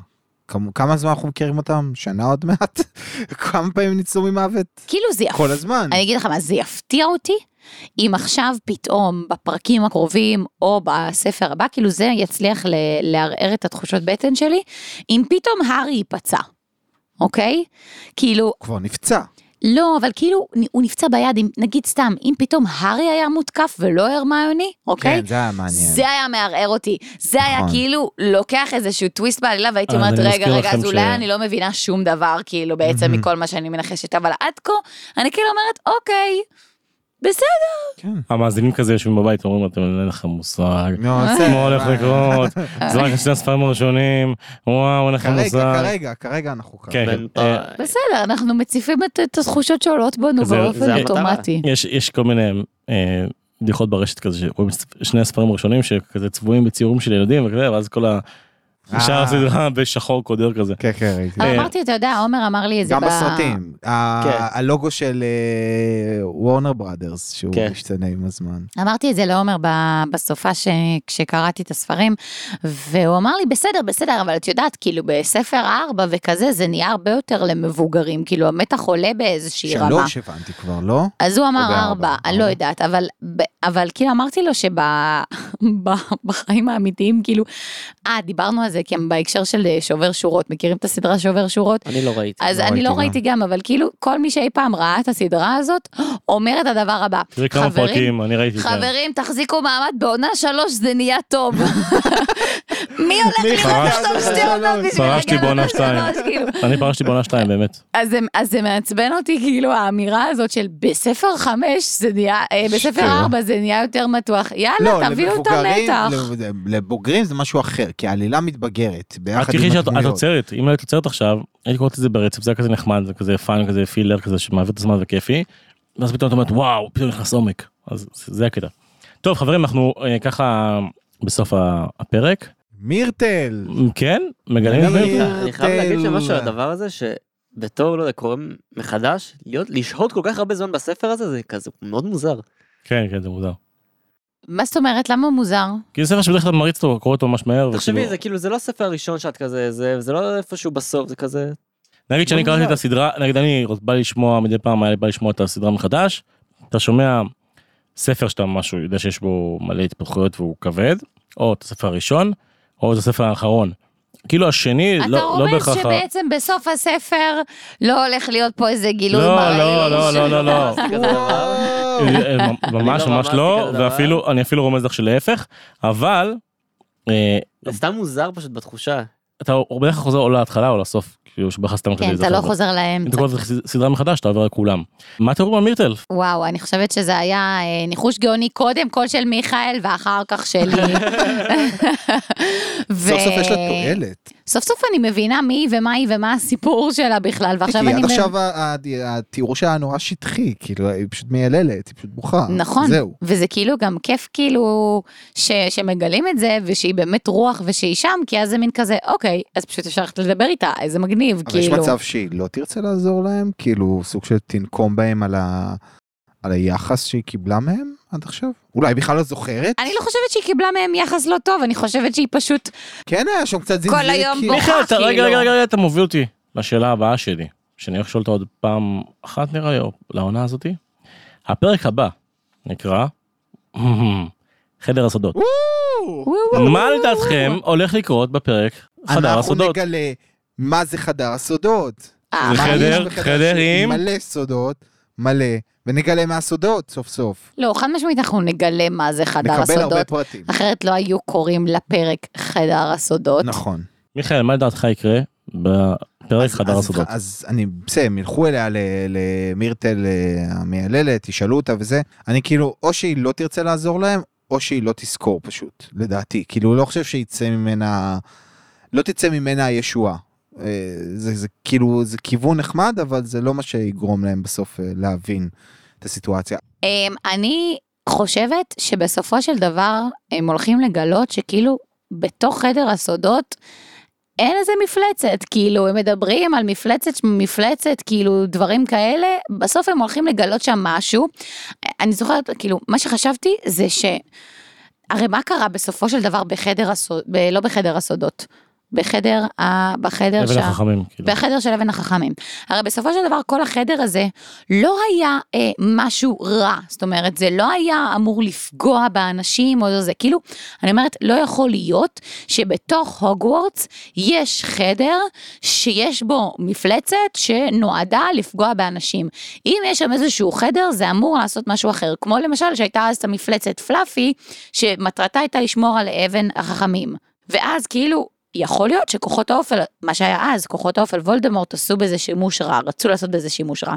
B: כמה- כמה זמן אנחנו מכירים אותם? שנה עוד מעט? כמה פעמים ניצלו ממוות?
D: כאילו זה
B: כל הזמן.
D: אני אגיד לך מה, זה יפתיע אותי אם עכשיו פתאום בפרקים הקרובים או בספר הבא, כאילו זה יצליח ל- לערער את התחושות בטן שלי, אם פתאום הארי ייפצע, אוקיי? כאילו,
B: הוא כבר נפצע.
D: לא, אבל כאילו, הוא נפצע ביד, אם, נגיד סתם, אם פתאום הארי היה מותקף ולא הרמיוני, אוקיי?
B: כן, זה היה מעניין.
D: זה היה מערער אותי, זה היה
B: נכון.
D: כאילו לוקח איזשהו טוויסט בעלילה והייתי
A: אז
D: אומרת
A: אה, אני
D: רגע
A: מזכיר
D: רגע
A: לכם
D: אז
A: ש-
D: אולי אני לא מבינה שום דבר כאילו בעצם
B: מהמם.
D: מכל מה שאני מנחשת אבל עד כה אני כאילו אומרת אוקיי בסדר
B: כן.
A: המאזינים כזה יושבים בבית, אומרים, אתם אין לכם מושג.
B: נו, בסדר.
A: מה הולך לקרות, זה רק שני הספרים הראשונים, וואו, אין לכם
B: כרגע,
A: מושג.
B: כרגע, כרגע אנחנו כאן.
A: כן, כן. אה,
C: בינתיים.
D: בסדר אנחנו מציפים את, את התחושות שעולות בנו
A: זה-
D: באופן
A: זה
C: המטרה.
D: אוטומטי.
A: יש- יש כל מיני אה, בדיחות ברשת כזה, שרואים את שני הספרים הראשונים שכזה צבועים בציורים של ילדים וכזה, ואז כל ה...
B: אה.
A: שאר הסדרה בשחור קודר כזה.
B: כן, כן, ראיתי.
D: אבל
A: אה,
D: אמרתי אתה יודע עומר אמר לי את אוקיי, זה
B: גם
D: ב-
B: בסרטים. ה-
C: כן.
B: הלוגו של וורנר בראדרס, שהוא
C: כן.
B: משתנה עם הזמן.
D: אמרתי את זה לעומר ב- בסופה ש... כשקראתי את הספרים, והוא אמר לי, בסדר, בסדר, אבל את יודעת, כאילו, בספר ארבע וכזה, זה נהיה הרבה יותר למבוגרים, כאילו, המתח עולה באיזושהי רמה.
B: שלוש הבנתי כבר, לא?
D: אז הוא
B: או
D: אמר
B: בארבע,
D: ארבע, אני לא
B: ארבע.
D: יודעת, אבל, ב- אבל כאילו אמרתי לו שבחיים האמיתיים, כאילו, אה, דיברנו על זה, כי הם בהקשר של אה, שובר שורות, מכירים את הסדרה שובר שורות?
C: אני לא ראיתי.
D: אז
B: לא
D: אני לא
B: ראיתי
D: ראיתי גם, אבל כאילו, כל מי שאי פעם ראה את הסדרה הזאת, אומר את הדבר הבא.
A: תראי כמה
D: חברים,
A: פרקים, אני ראיתי את זה.
D: חברים, תחזיקו מעמד, בעונה שלוש זה נהיה טוב. מי הולך
B: מי
D: לראות
A: פרש-
D: עכשיו שתי עונות בשביל
A: פרשתי
D: להגיע
A: בעונה
D: לעונה
A: שתיים.
D: שלוש, כאילו?
A: אני פרשתי בעונה שתיים, באמת.
D: אז זה- אז זה מעצבן אותי, כאילו, האמירה הזאת של בספר חמש זה נהיה, אה, בספר
B: שטויות.
D: ארבע זה נהיה יותר מתוח. יאללה, לא, תביאו את
B: כן. למבוגרים-
D: המתח.
B: לב- לבוגרים לא, זה משהו אחר, כי העלילה מתבגרת
A: את
B: ביחד עם
A: תראי שאת את
B: הדמויות.
A: עוצרת, אם לא היית עוצרת עכשיו, הייתי קוראת את זה ברצף, זה היה כזה נחמד, זה כזה פאן, כזה פילר, כזה שמעביר את הזמן וכיפי, ואז פתאום את אומרת וואו, פתאום נכנס עומק, אז זה הקטע. טוב חברים, אנחנו אה, ככה בסוף ה- הפרק,
B: מירטל!
A: כן, מגלים את
B: מגלים.
A: מירטל.
D: אה,
C: אני חייב להגיד
B: תל-
C: שמשהו על הדבר הזה, שבתור, לא יודע, קוראים מחדש, להיות, לשהות כל כך הרבה זמן בספר הזה, זה כזה מאוד מוזר.
A: כן, כן, זה מוזר.
D: מה זאת אומרת? למה מוזר?
A: כי זה כאילו, ספר שבדרך כלל מריץ אותו, קורא אותו ממש מהר.
C: תחשבי,
A: וכאילו-
C: זה כאילו, זה לא הספר הראשון שאת כזה, זה זה לא איפשהו בסוף, זה כזה...
A: נגיד שאני קראתי את
C: מוזר.
A: הסדרה, נגיד אני רוצ- בא לשמוע מדי פעם, היה לי בא לשמוע את הסדרה מחדש, אתה שומע ספר שאתה משהו, יודע שיש בו מלא התפתחויות והוא כבד, או את הספר הראשון, או את הספר האחרון. כאילו השני, לא,
D: אתה
A: לא
D: אומר
A: בהכרח... ה-
D: שבעצם בסוף הספר לא הולך להיות פה איזה גילוי
A: לא,
D: מרעיל.
A: לא, לא, לא, לא, לא.
C: זה כזה דבר.
A: אה, אה, ממש
C: לא
A: ממש
C: רמזתי
A: לא,
C: כזה דבר.
A: ואפילו, אני אפילו רומז לך שלהפך, אבל אה,
C: זה סתם מוזר פשוט בתחושה.
A: אתה בדרך כלל חוזר או להתחלה או לסוף, כאילו שבחסתם
D: כן, אתה לא חוזר
A: אתה
D: לאמצע.
A: כל הזמן סדרה מחדש, אתה עובר על כולם. מה תיאור במירטל?
D: וואו, אני חושבת שזה היה אה, ניחוש גאוני קודם כל של מיכאל ואחר כך שלי. ו-
B: סוף סוף יש לה תועלת.
D: סוף סוף אני מבינה מי ומה היא ומה הסיפור שלה בכלל, ועכשיו
B: כי
D: אני...
B: עד
D: מב-
B: עכשיו ה- ה- התיאור שלה נורא שטחי, כאילו היא פשוט מייללת, היא פשוט בוכה.
D: נכון,
B: אה, זהו.
D: וזה כאילו גם כיף כאילו ש, שמגלים את זה ושהיא באמת רוח ושהיא שם כי אז זה מין כזה אוקיי אז פשוט אפשר ללכת לדבר איתה איזה מגניב
B: אבל יש
D: כאילו.
B: מצב שהיא לא תרצה לעזור להם, כאילו סוג של תנקום בהם על ה- על היחס שהיא קיבלה מהם עד עכשיו? אולי היא בכלל לא זוכרת?
D: אני לא חושבת שהיא קיבלה מהם יחס לא טוב אני חושבת שהיא פשוט
B: כן היה שם קצת זינזיל.
D: היום
B: כאילו.
D: בוכה.
A: מיכאל, אתה-
D: כאילו.
A: רגע, רגע, רגע, רגע, אתה מוביל אותי לשאלה הבאה שלי, שאני הולך לשאול אותה עוד פעם אחת נראה לי, או לעונה הזאתי. הפרק הבא נקרא חדר הסודות.
B: וואו!
D: וואו, וואו,
A: מה לדעתכם הולך לקרות בפרק חדר
B: אנחנו
A: הסודות?
B: נגלה מה זה חדר הסודות.
D: אה,
A: זה
B: מה יש
A: חדר,
B: בחדר
A: חדר
B: שהיא
A: עם-
B: מלא סודות, מלא, ונגלה מהסודות סוף סוף.
D: לא חד משמעית אנחנו נגלה מה זה חדר
B: נקבל הרבה
D: הסודות
B: פרטים.
D: אחרת לא היו קוראים לפרק חדר הסודות.
B: נכון.
A: מיכאל, מה לדעתך יקרה בפרק
B: אז-
A: חדר
B: אז-
A: הסודות?
B: אז אני, בסדר, הם ילכו אליה ל- למירטל אה, המייללת, ישאלו אותה וזה. אני כאילו, או שהיא לא תרצה לעזור להם, או שהיא לא תזכור פשוט, לדעתי. כאילו, לא חושב שיצא ממנה, לא תצא ממנה הישועה. אה, זה, זה כאילו, זה כיוון נחמד, אבל זה לא מה שיגרום להם בסוף אה, להבין את הסיטואציה.
D: אמ, אני חושבת שבסופו של דבר הם הולכים לגלות שכאילו בתוך חדר הסודות אין איזה מפלצת, כאילו הם מדברים על מפלצת, מפלצת, כאילו דברים כאלה, בסוף הם הולכים לגלות שם משהו. אני זוכרת, כאילו, מה שחשבתי זה ש... הרי מה קרה בסופו של דבר בחדר הסודות, לא בחדר הסודות, בחדר ה... בחדר
A: אבן החכמים, כאילו.
D: בחדר של אבן החכמים. הרי בסופו של דבר כל החדר הזה לא היה אה, משהו רע, זאת אומרת זה לא היה אמור לפגוע באנשים או זה, כאילו, אני אומרת לא יכול להיות שבתוך הוגוורטס יש חדר שיש בו מפלצת שנועדה לפגוע באנשים. אם יש שם איזשהו חדר זה אמור לעשות משהו אחר, כמו למשל שהייתה אז את המפלצת פלאפי שמטרתה הייתה לשמור על אבן החכמים. ואז כאילו, יכול להיות שכוחות האופל, מה שהיה אז, כוחות האופל, וולדמורט עשו בזה שימוש רע, רצו לעשות בזה שימוש רע.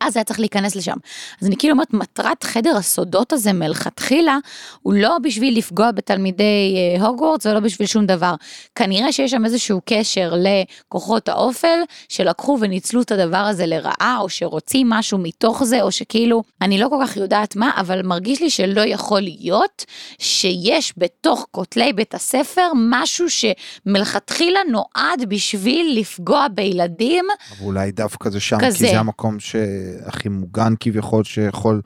D: ואז היה צריך להיכנס לשם. אז אני כאילו אומרת, מטרת חדר הסודות הזה מלכתחילה, הוא לא בשביל לפגוע בתלמידי אה, הוגוורטס ולא בשביל שום דבר. כנראה שיש שם איזשהו קשר לכוחות האופל, שלקחו וניצלו את הדבר הזה לרעה, או שרוצים משהו מתוך זה, או שכאילו, אני לא כל כך יודעת מה, אבל מרגיש לי שלא יכול להיות שיש בתוך כותלי בית הספר משהו שמלכתחילה נועד בשביל לפגוע בילדים
B: אבל אולי דווקא זה שם,
D: כזה.
B: כי זה המקום שהכי מוגן כביכול, שיכול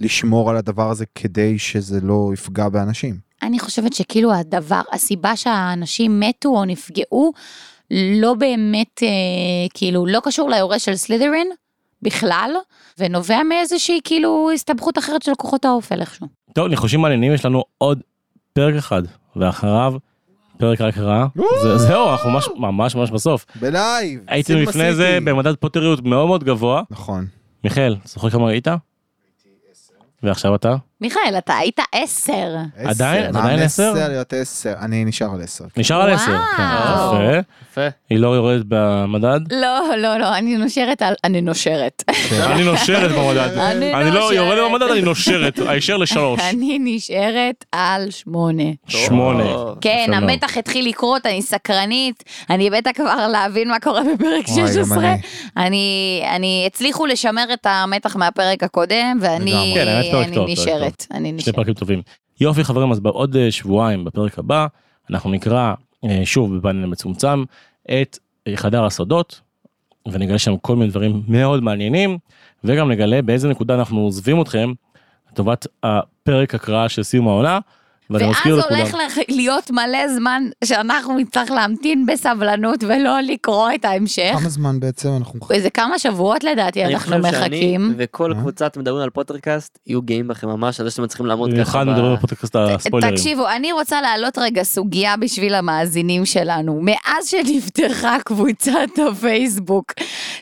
B: לשמור על הדבר הזה כדי שזה לא יפגע באנשים.
D: אני חושבת שכאילו הדבר, הסיבה שהאנשים מתו או נפגעו, לא באמת, אה, כאילו, לא קשור ליורש של סלידרין בכלל, ונובע מאיזושהי כאילו הסתבכות אחרת של כוחות האופל איכשהו.
A: טוב, ניחושים מעניינים, יש לנו עוד פרק אחד, ואחריו פרק ההקראה. זה- זהו, אנחנו ממש- ממש ממש בסוף.
B: בלייב!
A: הייתם
B: שים
A: לפני זה
B: בסיטי.
A: במדד פוטריות מאוד מאוד גבוה.
B: נכון.
A: מיכאל, זוכר כמה ראית? ועכשיו אתה?
D: מיכאל, אתה היית עשר.
B: עשר.
A: עדיין?
B: מה
A: עדיין
B: המסר
A: עשר?
B: להיות עשר. אני נשאר על עשר.
A: נשאר על
D: וואו.
A: עשר. כן,
D: וואו.
A: יפה.
C: יפה.
A: היא לא יורדת במדד.
D: לא, לא, לא, אני נושרת על... אני נושרת.
A: אני נושרת במדד.
D: אני
A: אני לא
D: נושרת.
A: יורדת במדד, אני נושרת. הישר לשלוש.
D: אני נשארת על שמונה.
A: שמונה.
C: טוב.
D: כן,
A: יפה מאוד.
D: המתח התחיל לקרות, אני סקרנית, אני בטח כבר להבין מה קורה בפרק
B: וואי, גם
D: 16.
B: אני.
D: אני, אני, הצליחו לשמר את המתח מהפרק הקודם, ואני
B: לגמרי.
A: כן, היה פרק
D: אני
A: טוב, פרק
D: נשארת. אני
A: שני
D: נשארת.
A: פרקים טובים. יופי חברים, אז בעוד אה, שבועיים בפרק הבא, אנחנו נקרא אה, שוב בפאנל מצומצם את אה, חדר הסודות, ונגלה שם כל מיני דברים מאוד מעניינים, וגם נגלה באיזה נקודה אנחנו עוזבים אתכם לטובת הפרק הקראה של סיום העונה. ואני
D: ואז
A: מזכיר לכולם,
D: הולך לך- להיות מלא זמן שאנחנו נצטרך להמתין בסבלנות ולא לקרוא את ההמשך.
B: כמה זמן בעצם אנחנו...
D: איזה כמה שבועות לדעתי
C: אה. אני
D: כן, אנחנו
C: חושב שאני
D: מחכים.
C: וכל
B: אה?
C: קבוצת מדברים על פוטרקאסט יהיו גאים בכם ממש על זה שאתם מצליחים לעמוד ככה.
A: במיוחד
C: ב-
A: מדברים בפודקאסט על הספוילרים.
D: תקשיבו, אני רוצה להעלות רגע סוגיה בשביל המאזינים שלנו. מאז שנפתחה קבוצת הפייסבוק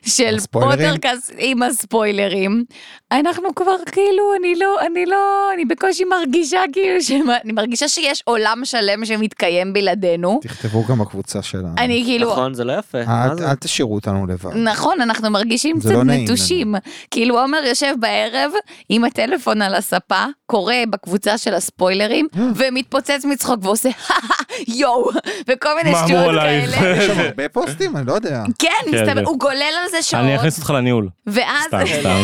D: של
B: הספוילרים?
D: פוטרקאסט עם הספוילרים, אנחנו כבר כאילו, אני לא, אני לא, אני בקושי מרגישה כאילו מרגישה שיש עולם שלם שמתקיים בלעדינו.
B: תכתבו גם בקבוצה שלנו.
D: אני כאילו,
C: נכון, זה לא יפה. מה
B: אל
C: זה?
B: אל תשאירו אותנו לבד.
D: נכון, אנחנו מרגישים
B: זה
D: קצת
B: לא נעים
D: נטושים. כאילו עומר יושב בערב עם הטלפון על הספה, קורא בקבוצה של הספוילרים,
B: אה.
D: ומתפוצץ מצחוק ועושה יואו, וכל מיני
A: מה אמרו
D: שטויות
A: עלייך?
D: כאלה.
B: יש שם הרבה פוסטים? אני לא יודע.
D: כן, מסתבר,
A: כן.
D: הוא גולל על זה
A: אני
D: שעות,
A: אכניס אותך לניהול.
D: ואז...
A: סתם, סתם.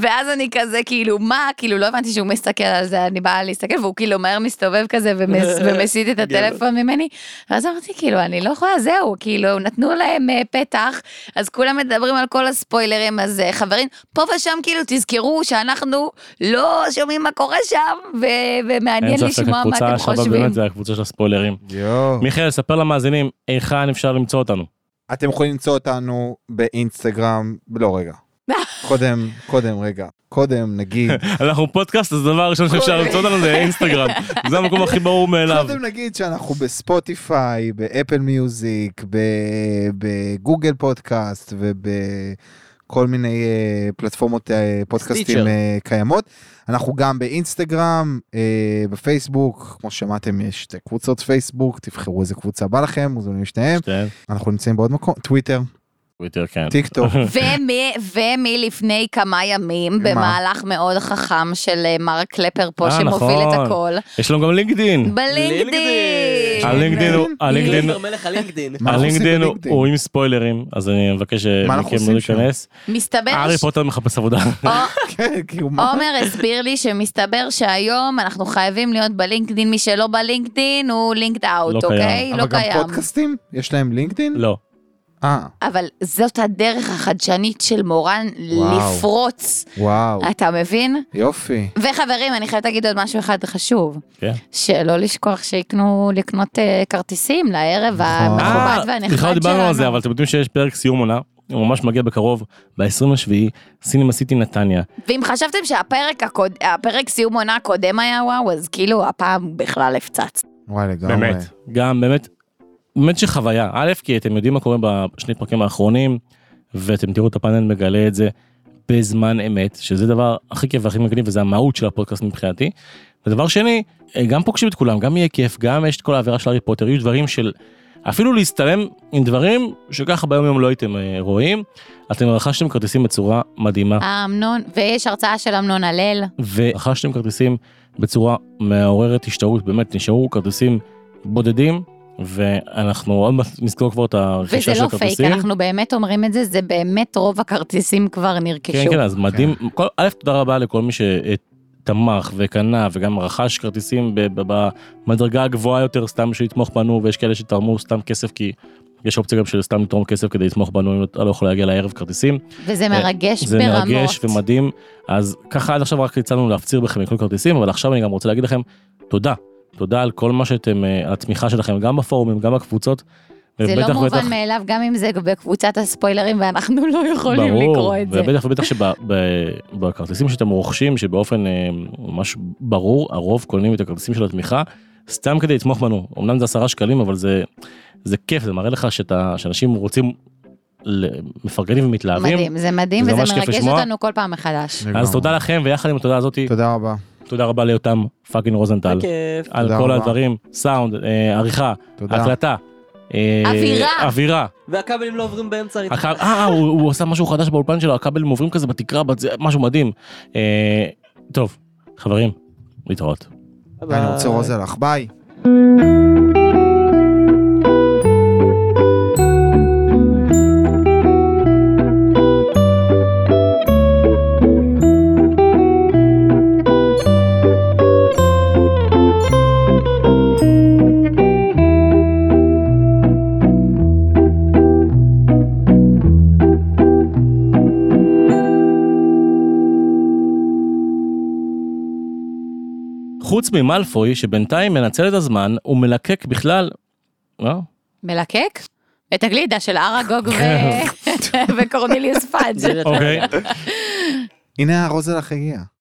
D: ואז אני כזה כאילו מה כאילו לא הבנתי שהוא מסתכל על זה אני באה להסתכל והוא כאילו מהר מסתובב כזה ומס, ומסיט את הטלפון ממני. ואז אמרתי כאילו אני לא יכולה זהו כאילו נתנו להם אה, פתח אז כולם מדברים על כל הספוילרים אז אה, חברים פה ושם כאילו תזכרו שאנחנו לא שומעים מה קורה שם ו-
A: אין
D: ומעניין
A: ספק,
D: לשמוע מה
A: הקבוצה
D: אתם
A: השווה
D: חושבים.
A: באמת זה הקבוצה של הספוילרים.
B: יואו.
A: מיכאל, ספר למאזינים היכן אפשר למצוא אותנו.
B: אתם יכולים למצוא אותנו באינסטגרם, לא רגע. קודם, קודם רגע. קודם נגיד,
A: אנחנו פודקאסט, אז הדבר הראשון שאפשר למצוא אותנו זה אינסטגרם. זה המקום הכי ברור מאליו.
B: קודם נגיד שאנחנו בספוטיפיי, באפל מיוזיק, ב- בגוגל פודקאסט ובכל מיני אה, פלטפורמות אה, פודקאסטים
C: סטיצ'ר.
B: אה, קיימות. אנחנו גם באינסטגרם, אה, בפייסבוק, כמו ששמעתם יש שתי קבוצות פייסבוק, תבחרו איזה קבוצה בא לכם, מוזמנים לשניהם.
A: כן,
B: אנחנו נמצאים בעוד מקום, טוויטר,
A: טוויטר, כן.
B: טיק טוק.
D: ומי, ומלפני כמה ימים,
B: מה?
D: במהלך מאוד חכם של אה, מר קלפר פה,
A: אה,
D: שמוביל
A: נכון.
D: את הכל,
A: יש לנו גם לינקדין.
D: בלינקדין.
C: לינקדין.
A: הלינקדין הוא- הלינקדין
C: לינקדין.
A: הוא-
C: מלך הלינקדין.
B: מה אנחנו עושים
A: הלינקדין הוא-
B: בלינקדין?
A: הוא עם ספוילרים, אז אני מבקש
B: מה אנחנו
A: מכם לא
B: עושים שם?
A: להיכנס.
D: מסתבר
A: הארי
D: ש-
A: פוטר מחפש עבודה.
D: ע-
B: כן, כאילו מה?
D: עומר הסביר לי שמסתבר שהיום אנחנו חייבים להיות בלינקדין, מי שלא בלינקדין הוא לינקד
A: לא
D: אאוט,
A: קיים.
D: אוקיי? לא
B: אבל גם
D: קיים.
B: פודקאסטים, יש להם לינקדאין?
A: לא.
B: אה,
D: אבל זאת הדרך החדשנית של מורן
B: וואו.
D: לפרוץ,
B: וואו,
A: אוקיי.
D: אתה מבין?
B: יופי.
D: וחברים, אני חייבת להגיד עוד משהו אחד חשוב.
A: כן.
D: שלא לשכוח שיקנו לקנות אה, כרטיסים לערב
A: אה,
D: המכובד והנחמד
A: בכלל
D: שלנו.
A: לא דיברנו על זה, אבל אתם יודעים שיש פרק סיום עונה, הוא ממש מגיע בקרוב, ב-27, סינמה סיטי נתניה.
D: ואם חשבתם שהפרק הקוד... הפרק סיום עונה הקודם היה וואו, אז כאילו הפעם בכלל הפצץ.
B: וואי לגמרי.
A: באמת. גם באמת, באמת שחוויה. א', כי אתם יודעים מה קורה בשני פרקים האחרונים, ואתם תראו את הפאנל מגלה את זה בזמן אמת, שזה דבר הכי כיף והכי מגניב, וזה המהות של הפודקאסט מבחינתי. ודבר שני, אה, גם פוגשים את כולם, גם יהיה כיף, גם יש את כל האווירה של הארי פוטר, יהיו דברים של... אפילו להסתלם עם דברים שככה ביום יום לא הייתם אה, רואים, אתם רכשתם כרטיסים בצורה מדהימה.
D: אמנון, ויש הרצאה של אמנון הלל.
A: ורכשתם כרטיסים בצורה מעוררת השתאות, באמת נשארו כרטיסים בודדים, ואנחנו עוד מעט נזכור כבר את
D: וזה
A: הרכישה של
D: לא פייק,
A: הכרטיסים.
D: אנחנו באמת אומרים את זה, זה באמת רוב הכרטיסים כבר נרכשו.
A: כן, כן, אז מדהים. כל- א', תודה רבה לכל מי שתמך וקנה וגם רכש כרטיסים ב- ב- במדרגה הגבוהה יותר, סתם שיתמוך בנו, ויש כאלה שתרמו סתם כסף כי... יש אופציה גם של סתם לתרום כסף כדי לתמוך בנו אם אתה לא יכול להגיע לערב כרטיסים.
D: וזה מרגש
A: זה
D: ברמות.
A: מרגש ומדהים. אז ככה עד עכשיו רק הצלחנו להפציר בכם לקנות כרטיסים, אבל עכשיו אני גם רוצה להגיד לכם תודה. תודה על כל מה שאתם, אה, על התמיכה שלכם, גם בפורומים, גם בקבוצות.
D: זה
A: ובטח
D: לא
A: ובטח-
D: מובן מאליו, גם אם זה בקבוצת הספוילרים, ואנחנו לא יכולים
A: ברור,
D: לקרוא את זה.
A: ובטח ובטח שבכרטיסים שאתם רוכשים, שבאופן אה, ממש ברור, הרוב קונים את הכרטיסים של התמיכה, סתם כדי לתמוך בנו. אמנם זה עשרה שקלים, אבל זה, זה כיף, זה מראה לך שאתה, שאנשים רוצים, ל- מפרגנים ומתלהבים.
D: מדהים, זה מדהים,
A: וזה
D: וזה
A: ממש כיף
D: מרגש
A: לשמוע.
D: אותנו כל פעם מחדש.
A: אז תודה לכם, ויחד עם התודה הזאת,
B: תודה רבה.
A: תודה רבה ליותם פאקינג רוזנטל.
C: בכיף.
A: על
B: תודה
A: כל
B: רבה.
A: הדברים, סאונד, אה, עריכה,
B: תודה.
A: הקלטה. אה,
D: אווירה.
A: אווירה.
C: והכבלים לא עוברים באמצע הריצה.
A: הכבל- אה, הוא הוא עשה משהו חדש באולפן שלו, הכבלים עוברים כזה בתקרה, בת- זה משהו מדהים. אה, טוב, חברים, להתראות.
C: ביי.
B: אני רוצה רוז עליך, ביי.
A: חוץ ממלפוי, שבינתיים מנצל את הזמן, הוא מלקק בכלל... אה?
D: מלקק? את הגלידה של אראגוג ו-
A: כן.
D: וקורניליוס פאג'.
C: זה-
A: אוקיי.
B: הנה הרוז עליך הגיע.